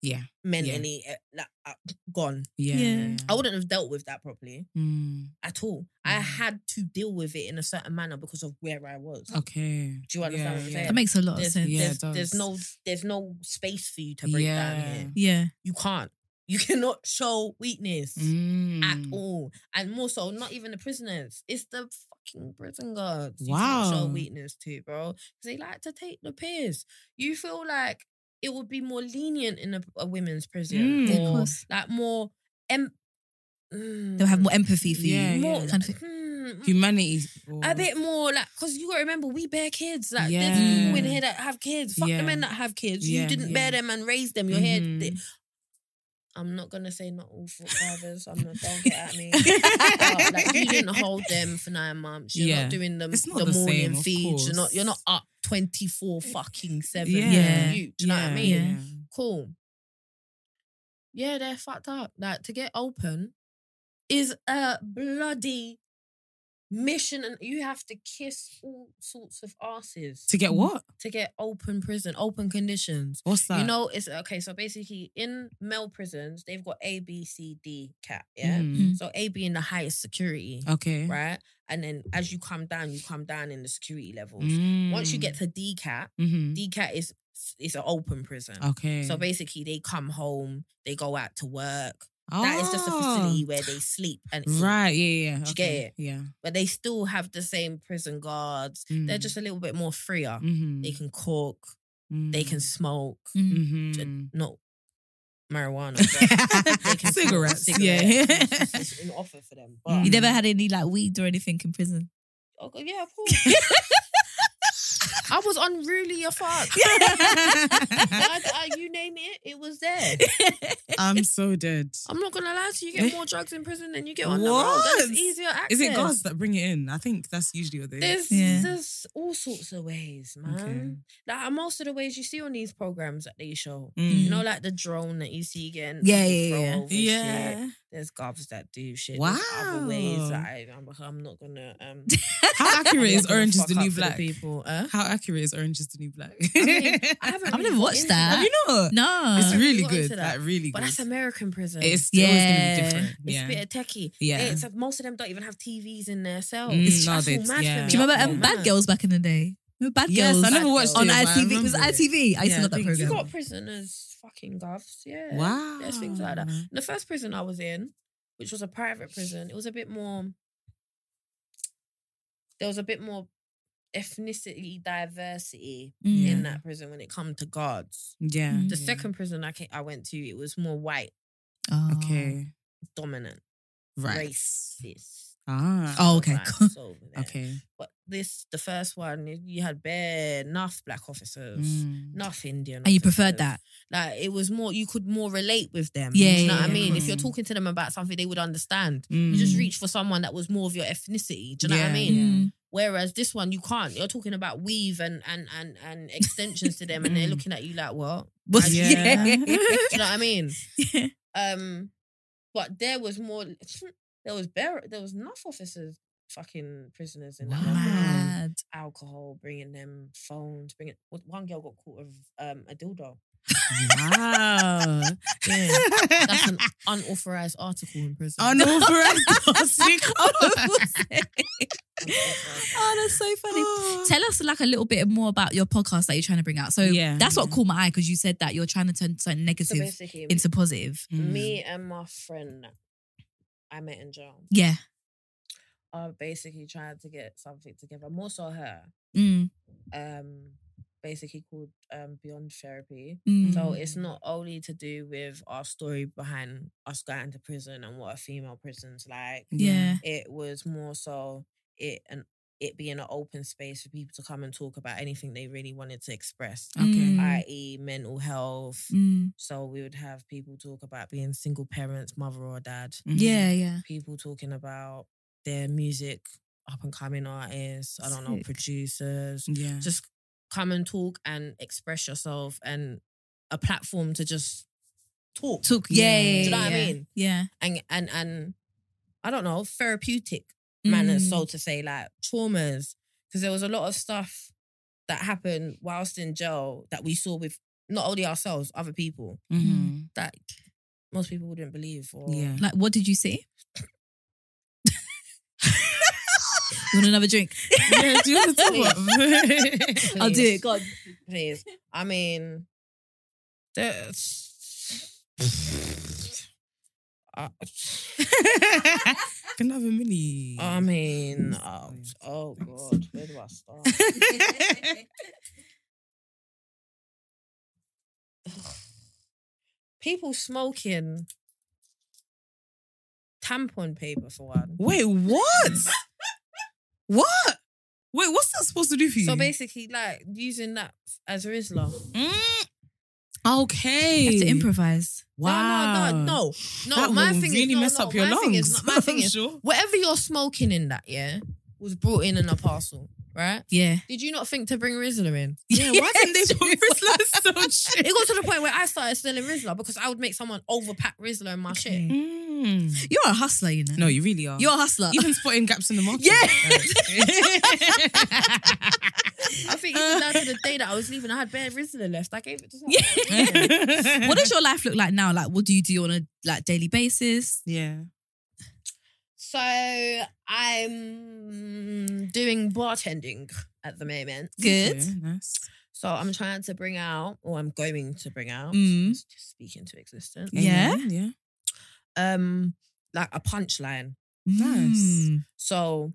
yeah. mentally, eh, like uh, gone. Yeah. Yeah. I wouldn't have dealt with that properly Mm, at all. I Mm. had to deal with it in a certain manner because of where I was. okay. Do you understand what I'm saying? That makes a lot of There's, sense. Yeah, there's, it does. there's no there's no space for you to break down here. Yeah. You can't. (laughs) You cannot show weakness Mm. at all. And more so, not even the prisoners. It's the fucking prison guards. You can't Wow. show weakness to, bro. 'Cause They like to take the piss. You feel like it would be more lenient in a, a women's prison. Mm. Of Or- course. Like more em- mm, They'll have more empathy for Yeah, you. more yeah. Kind of thing. hmm, Humanity. (laughs) a (laughs) bit more like because you gotta remember we bear kids like there's Yeah. people in here that have kids fuck Yeah. the men that have kids Yeah, you didn't yeah. bear them and raise them you're Mhm. here I'm not gonna say not all fa- fathers I'm not don't get at me but, Oh, (laughs) like, you didn't hold them for nine months you're Yeah. not doing them It's not the, the morning same, of feeds you're not course. you're not up 24 fucking 7 Yeah. Yeah. you, do you know what I Yeah, mean yeah. cool yeah they're fucked up like to get open is a bloody mission and you have to kiss all sorts of asses To get what? to get open prison, open conditions. What's that? Mm. You know, it's okay. So basically, in male prisons, they've got A, B, C, D cat. Yeah. Mm. So A being the highest security, Okay. right? And then as you come down, you come down in the security levels. Mm. Once you get to D cat, Mhm. D cat is is an open prison. Okay. So basically, they come home, they go out to work. oh. That is just a facility where they sleep and eat. Right. Yeah. Yeah. Do okay. you get it? Yeah. But they still have the same prison guards. They're Mm. just a little bit more freer. Mhm. They can cook. They Mm-hmm. can smoke. Mm. (laughs) Mhm. not marijuana, (laughs) but they can Cigarettes, smoke yeah. (laughs) cigarettes. (laughs) It's an offer for them. But, You never had any like weed or anything in (laughs) prison. Oh, God, yeah, of course. (laughs) I was unruly a fuck. I, I, you name it, it was (laughs) there. I'm so dead. I'm not gonna lie to you. You get more drugs in prison than you get on the road. What? That's easier access. Is it guards that bring it in? I think that's usually what they. There's, Yeah. there's all sorts of ways, man. Like most of the ways you see on these programs that they show. Mm. You know, like the drone that you see getting Yeah, people yeah, throw yeah. over and shit. Yeah. there's govs that do shit. Wow. other ways that I, I'm, I'm not gonna. (laughs) Um, (laughs) How accurate I'm is not gonna Orange is fuck the up New for Black? people, huh? How accurate is Orange is the New Black? (laughs) I mean, I haven't. I've really never got watched into that. Have you not? No. It's haven't really really got into good. that. Like really But good. that's American prison. It's Yeah. always gonna be different. It's yeah. a bit of techie. yeah. It's like most of them don't even have TVs in their cells. Mm, It's no, that's they- all mad yeah. for me. Do you remember I'm um, not Bad mad. Girls back in the day? Remember Bad Yes, Girls I never Bad watched Girls. on it, but I ITV. It was remember ITV. I used Yeah, to I love that think so. You program. got prisoners, fucking govs. Yeah. Wow. There's things like that. The first prison I was in, which was a private prison, it was a bit more. There was a bit more ethnicity diversity Mm. Yeah. in that prison when it come to guards. Yeah. Mm. The yeah. second prison I came, I went to, it was more white Oh. Okay. dominant, Right. racist. Ah. Oh, okay. vibes over there. Okay. But this, the first one, you had bare enough black officers, Mm. enough Indian, And Oh, you preferred officers. that? Like it was more, you could more relate with them. Yeah, do you know yeah, what yeah. I mean. If you're Mm. talking to them about something, they would understand. Mm. You just reach for someone that was more of your ethnicity. Do you know what I Yeah. mean? Mm. Whereas this one, you can't. You're talking about weave and and and and extensions to them, and they're Mm. looking at you like, what? Was- (laughs) Yeah. Do you know what I mean? (laughs) Um, but there was more. (laughs) There was bare. There was enough officers, fucking prisoners in that. Wow. (laughs) one. Mad. Alcohol, bringing them phones, bringing. well, One girl got caught with um a dildo. Wow. (laughs) Yeah, that's (laughs) an unauthorized article (laughs) in prison. Oh, Unauthorized. Oh, that's so funny. (gasps) Tell us like a little bit more about your podcast that you're trying to bring out. So Yeah. that's what Yeah. caught my eye because you said that you're trying to turn something So negative basically, into positive. me and my friend I met in jail Yeah. are basically trying to get something together. More so her. Mm. um basically called um Beyond Therapy. Mm. So it's not only to do with our story behind us going to prison and what a female prison's like. yeah. It was more so it and it being an open space for people to come and talk about anything they really wanted to express, Okay. Mm. i.e., mental health. Mm. So we would have people talk about being single parents, mother or dad. Mm-hmm. Yeah. Yeah. People talking about their music, up and coming artists. I don't know Sick. producers Yeah. just come and talk and express yourself and a platform to just talk Took. Yeah. Yeah. yeah, Do you know what I yeah. mean? Yeah. and and and I don't know therapeutic manners, Mm. so to say, like traumas, because there was a lot of stuff that happened whilst in jail that we saw with not only ourselves, other people Mhm. that most people wouldn't believe. Or (laughs) Yeah. Like, what did you say? (laughs) you want another drink? yeah. Do you want to talk (laughs) about? (laughs) I'll do Please. it. Oh, God. please. I mean, (laughs) there's. uh, I, Can I have a mini? I mean, uh, oh god, where do I start? People smoking tampon paper for one. (laughs) Wait, what? what? Wait, what's that supposed to do for you? So basically, like using that as a Rizla. Mm. You Okay. have to improvise. Wow. No, no, no, no. No, that my will thing really is no, mess no, up your my lungs. Thing is, not- (laughs) my thing I'm is, (laughs) sure. whatever you're smoking in that, yeah, was brought in in a parcel, right? Yeah. Did you not think to bring Rizla in? (laughs) Yeah, why didn't (laughs) they put Rizla so shit? It got to the point where I started selling Rizla because I would make someone overpack Rizla in my shit. Mm. You're a hustler, you know. No, you really are. You're a Uh. hustler. even spotting gaps in the market. I think even down to the day that I was leaving, I had bare Rizla left. I gave it to someone. (laughs) Like, (laughs) what does your life look like now? Like, what do you do on a like daily basis? (laughs) yeah. So I'm doing bartending at the moment. Good. Okay, nice. So I'm trying to bring out, or I'm going to bring out, Mm. just speaking to existence. Yeah? Amen, Yeah. Um, like a punchline. Nice. Mm. So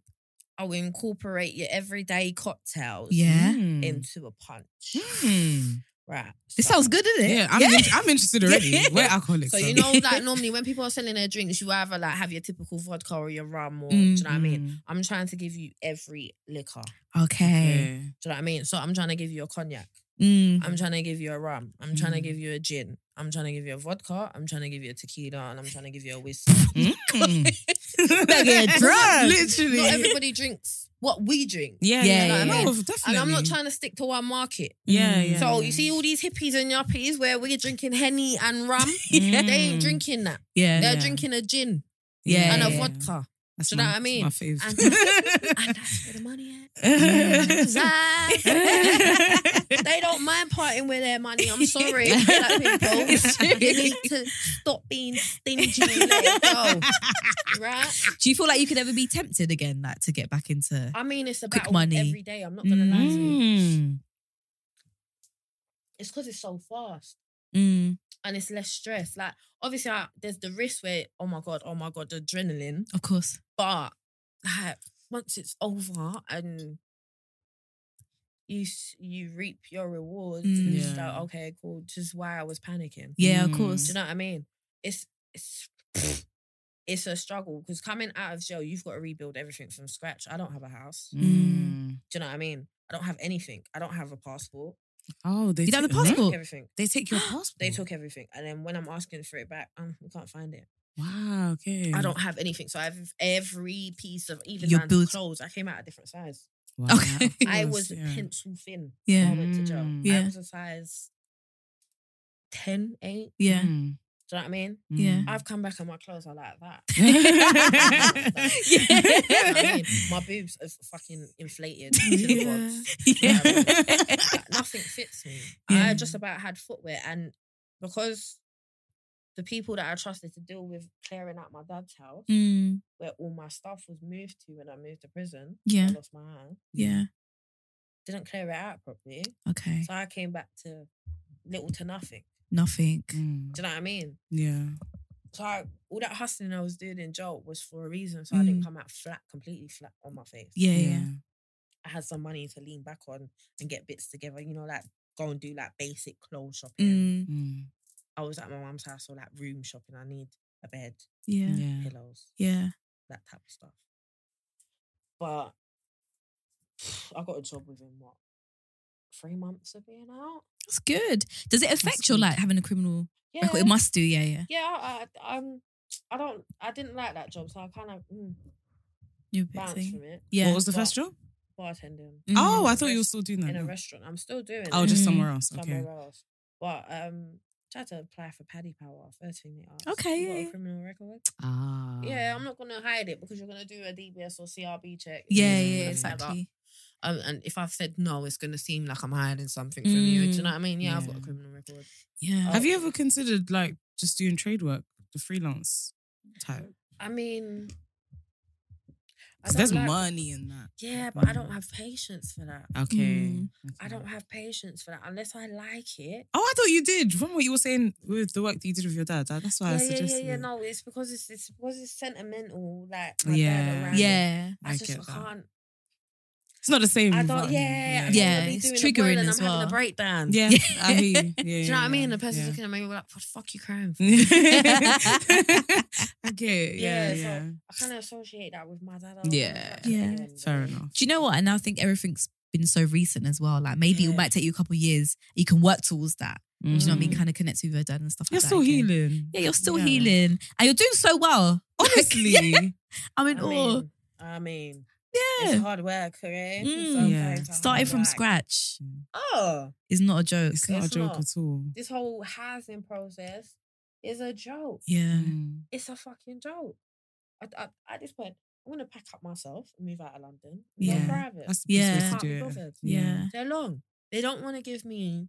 I'll incorporate your everyday cocktails Yeah. Mm. into a punch. Mm. Right. This so- sounds good, doesn't it? Yeah, I'm, in- I'm interested (laughs) already. Yeah. We're alcoholics. So you know, (laughs) (laughs) like normally when people are selling their drinks, you either like have your typical vodka or your rum, or do you know what I mean? Mm-hmm. Mm. I'm trying to give you every liquor. Do Okay. you know what I mean? So I'm trying to give you a cognac. Mm. Mm-hmm. I'm trying to give you a rum. I'm trying to Mm. give you a gin. I'm trying to give you a vodka. I'm trying to give you a tequila, and I'm trying to give you a whiskey. (laughs) Yeah. Mm. Better (laughs) get drunk. Literally. Not everybody drinks what we drink, yeah, Yeah, yeah, yeah, yeah. No, definitely. and I'm not trying to stick to one market. Yeah, yeah. so yeah. you see all these hippies and yuppies where we're drinking henny (laughs) and rum. Mm. They ain't drinking that. Yeah. They're Yeah. drinking a gin Yeah. and a yeah. vodka. That's Do you know my- what I mean? My favorite. (laughs) And- And that's where the money at. (laughs) (laughs) they don't mind parting with their money. (laughs) I'm sorry, black It's true. people. (laughs) You need to stop being stingy. (laughs) and Let it Oh, go, right? Do you feel like you could ever be tempted again, like to get back into? I mean, it's a Quick battle money. every day. I'm not gonna lie to you. Mm. It's because it's so fast Mm. and it's less stress. Like obviously, I, there's the risk where oh my god, oh my god, the adrenaline. Of course. But like once it's over and you s- you reap your rewards, Mm. it's Yeah. like okay, cool. This is why I was panicking. Yeah, Mm. of Do you course. know what I mean? It's it's (sniffs) it's a struggle because coming out of jail, you've got to rebuild everything from scratch. I don't have a house. Mm. Do you know what I mean? I don't have anything. I don't have a passport. Oh, they You don't have took- the huh? passport. Mm. Everything. They take your passport. They took everything, and then when I'm asking for it back, um, we can't find it. Wow. Okay. I don't have anything, so I have every piece of even Mm. Your down to build- clothes. I came out a different size. Wow, Okay. of (laughs) I course, was yeah. pencil thin. Yeah. When I went to jail. Mm. Yeah. I was a size 10, 8. Do you Yeah. Mm. know what I mean? Yeah. (laughs) I've come back and my clothes are like that. (laughs) I (laughs) yeah. mean, my boobs are fucking (laughs) inflated. Yeah. Rods. yeah. Like, nothing fits me. Yeah. I just about had footwear, and because the people that I trusted to deal with clearing out my dad's house, Mm. where all my stuff was moved to when I moved to prison, Yeah. I lost my hand, Yeah. didn't clear it out properly, Okay. so I came back to little to nothing. Nothing. Mm. Do you know what I mean? Yeah. So I, all that hustling I was doing in jail was for a reason, so I didn't Mm. come out flat, completely flat on my face. Yeah. Yeah. I had some money to lean back on and get bits together. You know, like go and do like basic clothes shopping. Mm. Mm. I was at my mum's house for like room shopping. I need a bed, Yeah. Yeah. pillows, Yeah. that type of stuff. But (sighs) I got a job within what three months of being out. That's good. Does it affect That's your good. like having a criminal Yeah, record? It must do. Yeah. Yeah. yeah. I, I, um, (sniffs) I don't. I didn't like that job, so I kind of mm, You're a bit bounced thing. from it. Yeah. What was the first job? Bartending Mm. Oh, I In a thought you were rest- still doing that. in a now. restaurant. I'm still doing. Oh, it. just Mm. somewhere else. Okay. somewhere else. But um, tried to apply for Paddy Power. First thing they asked. Okay, "You got yeah, a yeah. criminal record. Ah. Um Yeah, I'm not gonna hide it because you're gonna do a DBS or CRB check. Yeah. Yeah. It's gonna add up. Exactly. Um, and if I've said no, it's going to seem like I'm hiding something from you. Do you know what I mean? Yeah, I've got Mm, a Yeah. criminal record. Yeah. Have you ever considered like just doing trade work, the freelance type? I mean, I 'Cause don't there's like- money Mm. in that. Yeah, but I don't have patience for that. Okay. Mm. I don't have patience for that unless I like it. Oh, I thought you did. From what you were saying with the work that you did with your dad, that- that's why I yeah, yeah, yeah, suggested. yeah. it. No, it's because it's, it's because it's sentimental. Like my dad Yeah. Oh, around it. Yeah. I, I just get that. can't. It's not the same. I vibe. don't. Yeah, Yeah. I don't wanna be it's doing a triggering boil and as I'm having well. a breakdown. Yeah, Yeah. I (laughs) hear you. Yeah, Do you know what I mean? The person's yeah. looking at me like, "What the fuck you crying for?" (laughs) I get it. Yeah, (laughs) Yeah, yeah. so- I kind of associate that with my dad. I don't Yeah. like that. Yeah. Fair enough. Do you know what? And I think everything's been so recent as well. Like maybe it Yeah. might take you a couple of years. You can work towards that. Do you know what I mean? Mm. Kind of connect with your dad and stuff You're like that. still again. healing. Yeah, you're still Yeah. healing. And you're doing so well. (laughs) (laughs) Honestly. Yeah, I'm in I awe. mean, I mean, Yeah. it's hard work, right? Mm. Sometimes Yeah. it's Starting hard from work. scratch Oh, is not a joke. It's not a It's joke not. at all. this whole housing process is a joke. Yeah. Mm. It's a fucking joke. I, I, at this point, I'm gonna pack up myself and move out of London. And Yeah. go private. That's the best Yeah. way to do Can't be it. bothered. Yeah. They're long. They don't want to give me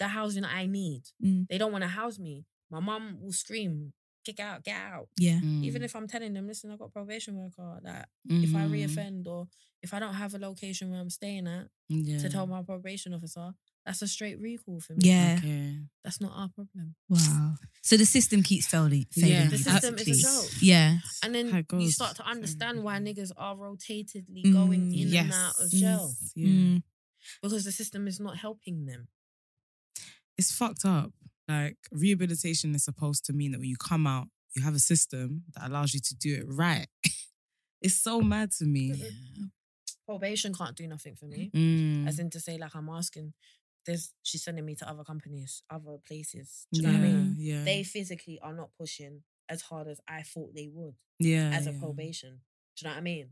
the housing that I need. Mm. They don't want to house me. My mum will scream, "Get out, get out!" Yeah. Mm. Even if I'm telling them, "Listen, I got probation worker. That if I Mhm. reoffend or if I don't have a location where I'm staying at Mm. yeah. to tell my probation officer, that's a straight recall for me. Yeah. Okay. that's not our problem. Wow. So the system keeps failing. failing Yeah. you, The system is a basically. joke. Yeah. And How then it you goes. start to understand why niggas are rotatedly Mm, going in yes. and out of jail Yes. Yeah. Mm. because the system is not helping them. it's fucked up. Like rehabilitation is supposed to mean that when you come out, you have a system that allows you to do it right. (laughs) it's so mad to me. Probation can't do nothing for me. Mm. As in to say, like I'm asking, there's she's sending me to other companies, other places. Do you know what I yeah, mean? Yeah. They physically are not pushing as hard as I thought they would. yeah. as a yeah. probation. Do you know what I mean?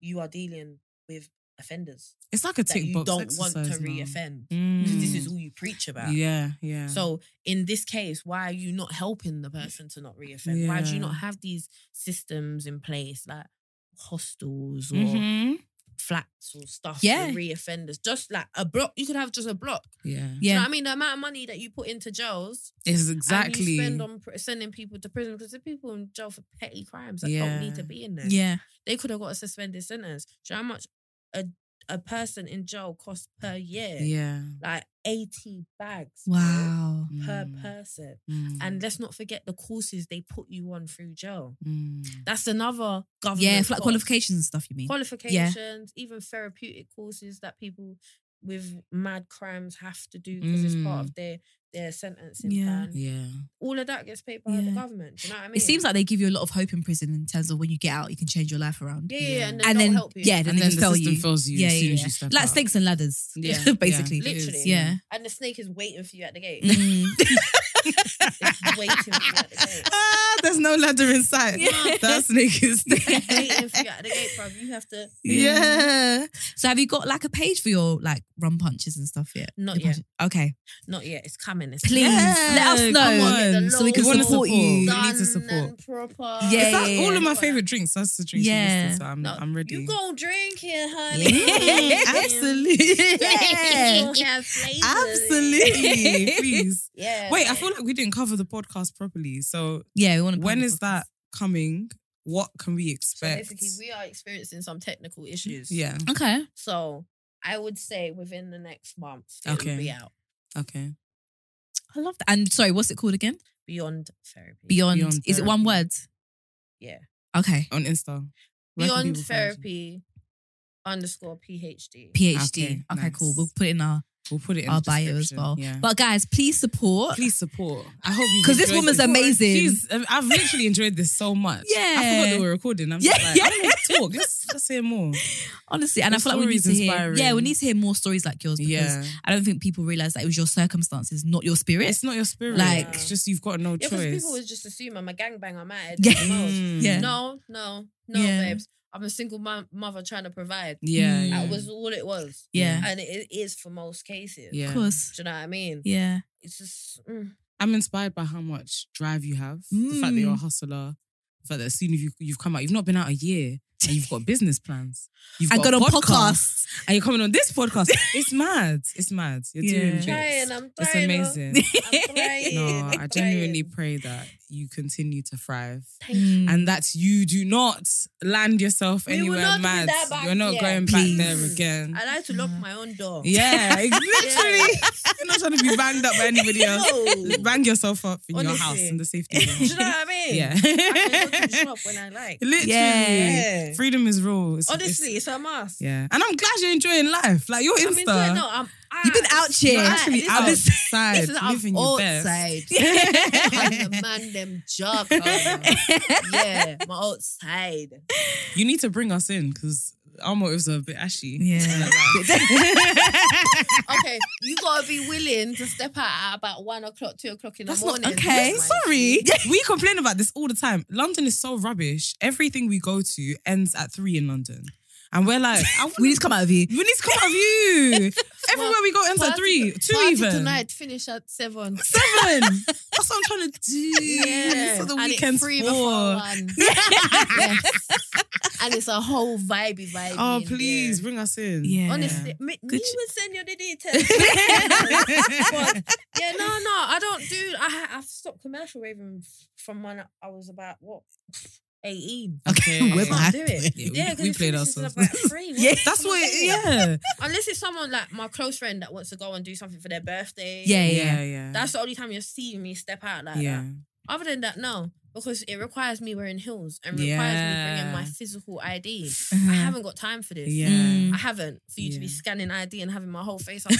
You are dealing with offenders It's like a that tick you box. don't want exercise to now. reoffend because Mm. this is all you preach about. Yeah, yeah. So in this case, why are you not helping the person to not reoffend? Why do you not Yeah. have these systems in place like hostels or mm-hmm. Mhm. flats or stuff Yeah. for reoffenders? Just like a block, you could have just a block. yeah, You know Yeah. what I mean? The amount of money that you put into jails it's and you exactly. spend on pr- sending people to prison because the people in jail for petty crimes that don't need to Yeah. be in there Yeah. they could have got a suspended sentence. Do you know how much a a person in jail costs per year? yeah, Like 80 bags. bro, Wow. Per Mm. person. Mm. And let's not forget the courses they put you on through jail. Mm. That's another government. Yeah. For like cost. qualifications and stuff, you mean? Qualifications, even therapeutic courses that people with mad crimes have to do because it's part of their their sentencing Mm. Yeah. plan. yeah, All of that gets paid by the Yeah. government. Do you know what I mean? It seems like they give you a lot of hope in prison in terms of when you get out, you can change your life around. yeah, yeah, yeah, and, they And don't then, help you. yeah, then, and they then just the tell system you. fills you yeah, as yeah, soon as yeah. you step like out. snakes and ladders, (laughs) Yeah, basically. yeah. It is, Literally. yeah. And the snake is waiting for you at (laughs) the gate. (laughs) Mm. It's waiting for you at the gate. Ah, there's no ladder in sight. Yeah. That snake (laughs) is there. It's waiting for you at the gate, bro. You have to (laughs) Yeah. So have you got like a page for your like rum punches and stuff yet? Not Your yet. punches- Okay. not yet. It's coming. It's Please let us Yeah, know come on. so we can We wanna support, support. you. Yeah. need to Done and proper. Yeah, It's like yeah, all yeah. of my favorite drinks. That's the drinks Yeah. you listed, so I'm, No, I'm ready. You gonna drink here, honey? (laughs) Yeah, absolutely. (laughs) You gonna have flavors. (laughs) Absolutely. Please. Yeah. Wait, I man. feel like we didn't cover the podcast properly. So Yeah, we want to. when is that coming? What can we So expect? basically we are experiencing some technical issues. Mm, Yeah. Okay. So I would say within the next month, it Okay. will be out. Okay. I love that. And sorry, what's it called again? Beyond therapy. Beyond. Beyond is it one word? Yeah. Okay. On Insta. Where can people Beyond find you? therapy underscore PhD. PhD. Okay, Okay, nice. cool. We'll put it in our We'll put it in our the bio as description. well. Yeah. But guys, please support. please support. I hope you Uh, 'Cause this enjoyed woman's amazing. She's, I've literally enjoyed this so much. I forgot Yeah. that we're recording. (laughs) I'm Yeah, just like, I yeah. don't need to talk. Let's, let's (laughs) hear more. Honestly, and I Your feel like we need to story's hear. Yeah, we inspiring. need to hear more stories like yours because Yeah. I don't think people realize that it was your circumstances, not your spirit. It's not your spirit. Like- it's just you've got no Yeah, because choice. people always just assume I'm a gangbanger. I'm out Yeah. here doing the most. Yeah. No, no, no, Yeah. babes. I'm a single mom- mother trying to provide. Yeah. Mm. yeah. That was all it was. Yeah. And it is for most cases. Yeah. Of course. Do you know what I mean? Yeah. It's just, mm, I'm inspired by how much drive you have. The fact that Mm. you're a hustler. But as soon as you, you've come out, you've not been out a year and you've got business plans. You've I got a podcast. And you're coming on (laughs) this podcast. It's mad. It's mad. You're Yeah. doing I'm bits. trying, I'm It's trying. oh. amazing. I'm (laughs) trying. (laughs) no, I I'm genuinely trying. pray that you continue to thrive Mm. and that you do not land yourself We will anywhere not do mad. that back You're not here. going Please. back there again. I like to lock my own door. (laughs) Yeah, ex- literally. You're not trying to be banged up by anybody else. (laughs) No. Bang yourself up in your Honestly. house in the safety of your (laughs) Do home. you know what I mean? Yeah. I can go to (laughs) the shop when I like. Literally. Yeah. Freedom is real. It's- it's- Honestly, it's a must. yeah. And I'm glad you're enjoying life. Like your I'm Insta. enjoying. No, I'm. You've been ah, out here. You're Yeah, actually this is- outside This is living I'm your best. (laughs) outside. (laughs) I'm the man them job. yeah, my outside. You need to bring us in because our motives are a bit ashy. (laughs) Yeah. Okay, you gotta be willing to step out at about one o'clock, two o'clock in That's the not morning. okay. That's my- Sorry, we complain about this all the time. London is so rubbish. Everything we go to ends at three in London, and we're like, I wanna- we need to come out of here. we need to come out of you. Everywhere we go ends at Party- three, two party even tonight. Finish at seven. seven. That's what I'm trying to do. Yeah, so the and it's weekend's free (laughs) before for. one. Yes. (laughs) and it's a whole vibey vibe. Oh, in please there. bring us in. Yeah. Honestly, (laughs) me, me Good sh- will send you the details. But, yeah, no, no, I don't do. I ha- I've stopped commercial raving from when I was about what eighteen. (laughs) okay. We're I can't back. do Oh, (laughs) it. Yeah, we- Yeah, 'cause we it played finishes in ourselves. (laughs) (laughs) about three. Yeah, What? That's I'm what. not doing it. Yeah. Unless it's someone like my close friend that wants to go and do something for their birthday. Yeah, yeah. yeah. That's the only time you see me step out like yeah. that. Other than that, no, because it requires me wearing heels and requires me Yeah. bringing my physical ID. (laughs) I Uh-huh. haven't got time for this. Mm. Yeah. Mm. I haven't for you to be Yeah. scanning ID and having my whole face up. On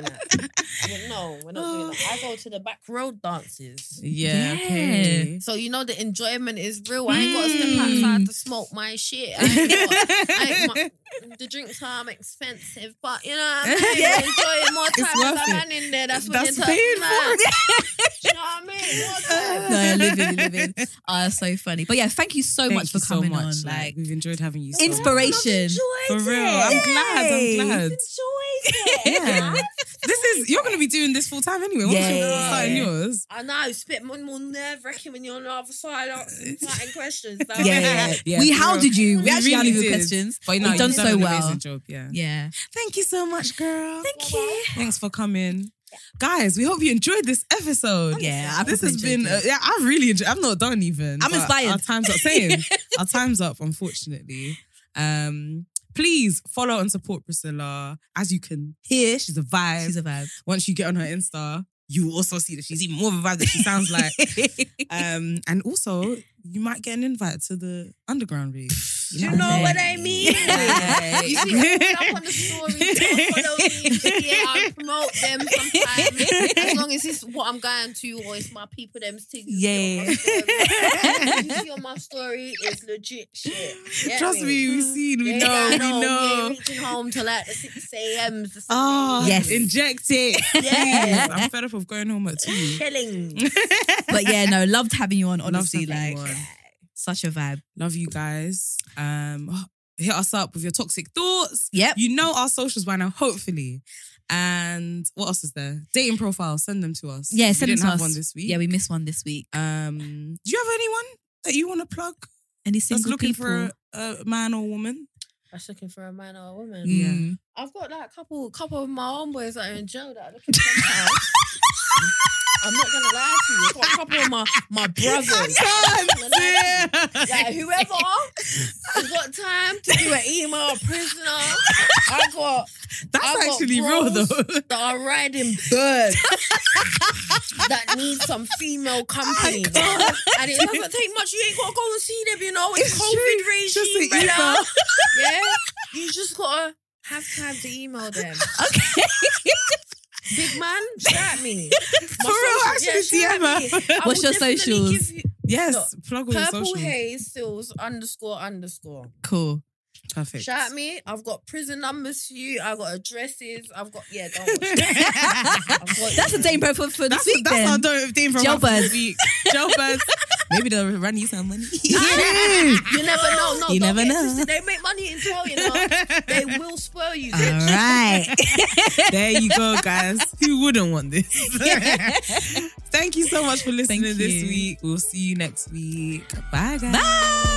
(laughs) that. no, no, no, no. We're not doing that. We're- no, we're not doing that. I go to the back road dances. Yeah. Yeah. Okay. So you know the enjoyment is real. I ain't got to step Mm. outside to smoke my shit. I ain't got- I- my- the drinks are expensive, but you know what I mean. Yeah. Enjoy more time worth as a it. man in there. That's what That's you're paid talking for. Uh, about. (laughs) Do you know what I (laughs) mean? More time. no, living, living. Oh, that's so funny. But yeah, thank you so (laughs) Thank much for you so coming much. on. Like, Like, we've enjoyed having you. so much. Inspiration. For real. I'm glad. Yay. I'm glad. Enjoyed it. (laughs) Yeah. (laughs) this is you're gonna be doing this full time anyway. Once Yeah. you're starting yours. I know, it's a bit more, more nerve wracking when you're on the other side (laughs) asking fighting questions. though. yeah, yeah, yeah. Yeah, we for real. hounded you. We, We actually really hounded your did. questions. But You've done so done an well. amazing job. Yeah. Yeah. Thank you so much, girl. Thank you. Thanks for coming. Guys, we hope you enjoyed this episode. Yeah, I this proper has been enjoyed uh, yeah. I really enjoyed. I'm not done even. I'm but inspired. Our time's up. (laughs) Same. our time's up. Unfortunately, um, please follow and support Priscilla. As you can hear, she's a vibe. She's a (laughs) vibe. Once you get on her Insta, you will also see that she's even more of a vibe than she sounds like. (laughs) um, and also, you might get an invite to the underground read. (laughs) Do (laughs) you And know then- (laughs) what I mean? Yeah. You see, I put up on the (laughs) story, follow me, yeah, I promote them sometimes. As long as it's what I'm going to or it's my people, them's things. Yeah. You see on my story, it's legit shit. Get Trust me, we've seen, we Yeah, know, I we know. Yeah, know. reaching home till like the 6 a.m. Oh, Yes. inject it. Yes. I'm fed up of going home at two. Chilling. (laughs) But yeah, no, loved having you on. (laughs) Honestly, Love like having you on. such a vibe. love you guys. Um, (gasps) hit us up with your toxic thoughts. Yep. You know our socials by now, hopefully. And what else is there? Dating profile. Send them to us. Yeah, We send them didn't to have us. one this week. Yeah, we missed one this week. Um, do you have anyone that you want to plug Any that's single looking people? for a, a man or woman? I was looking for a man or a woman. Mm. I've got like a couple couple of my homeboys that are in jail that are looking for somehow. I'm not gonna lie to you. I've got a couple of my, my brothers. (laughs) Yeah. (laughs) Like whoever has got time to do an email prisoner. I got I've That's got actually real bros. though. that are riding (laughs) birds that need some female company. And it doesn't take much. You ain't gotta go and see them, you know. It's, It's COVID true. Just regime, an brother. email. Yeah. (laughs) You just gotta have time to email them. Okay. (laughs) Big man, shout me. For real, actually, DM her. shout me. I What's will your definitely socials? give you- Yes, plug all your Purple socials. haze stills underscore underscore. Cool. Perfect. Shout (laughs) me. I've got prison numbers for you. I've got addresses. I've got yeah. Don't watch that. I've got That's you. a date bro for, for That's this week. that's then. our don't thing from Jailbirds. last week. Jailbirds. Maybe they'll run you some money. You never know. No, You don't never get know. twisted. They make my funny and tell you know, they will spoil you. All right. (laughs) there you go, guys. Who wouldn't want this? (laughs) Thank you so much for listening Thank this you. week. We'll see you next week. Bye, guys. Bye.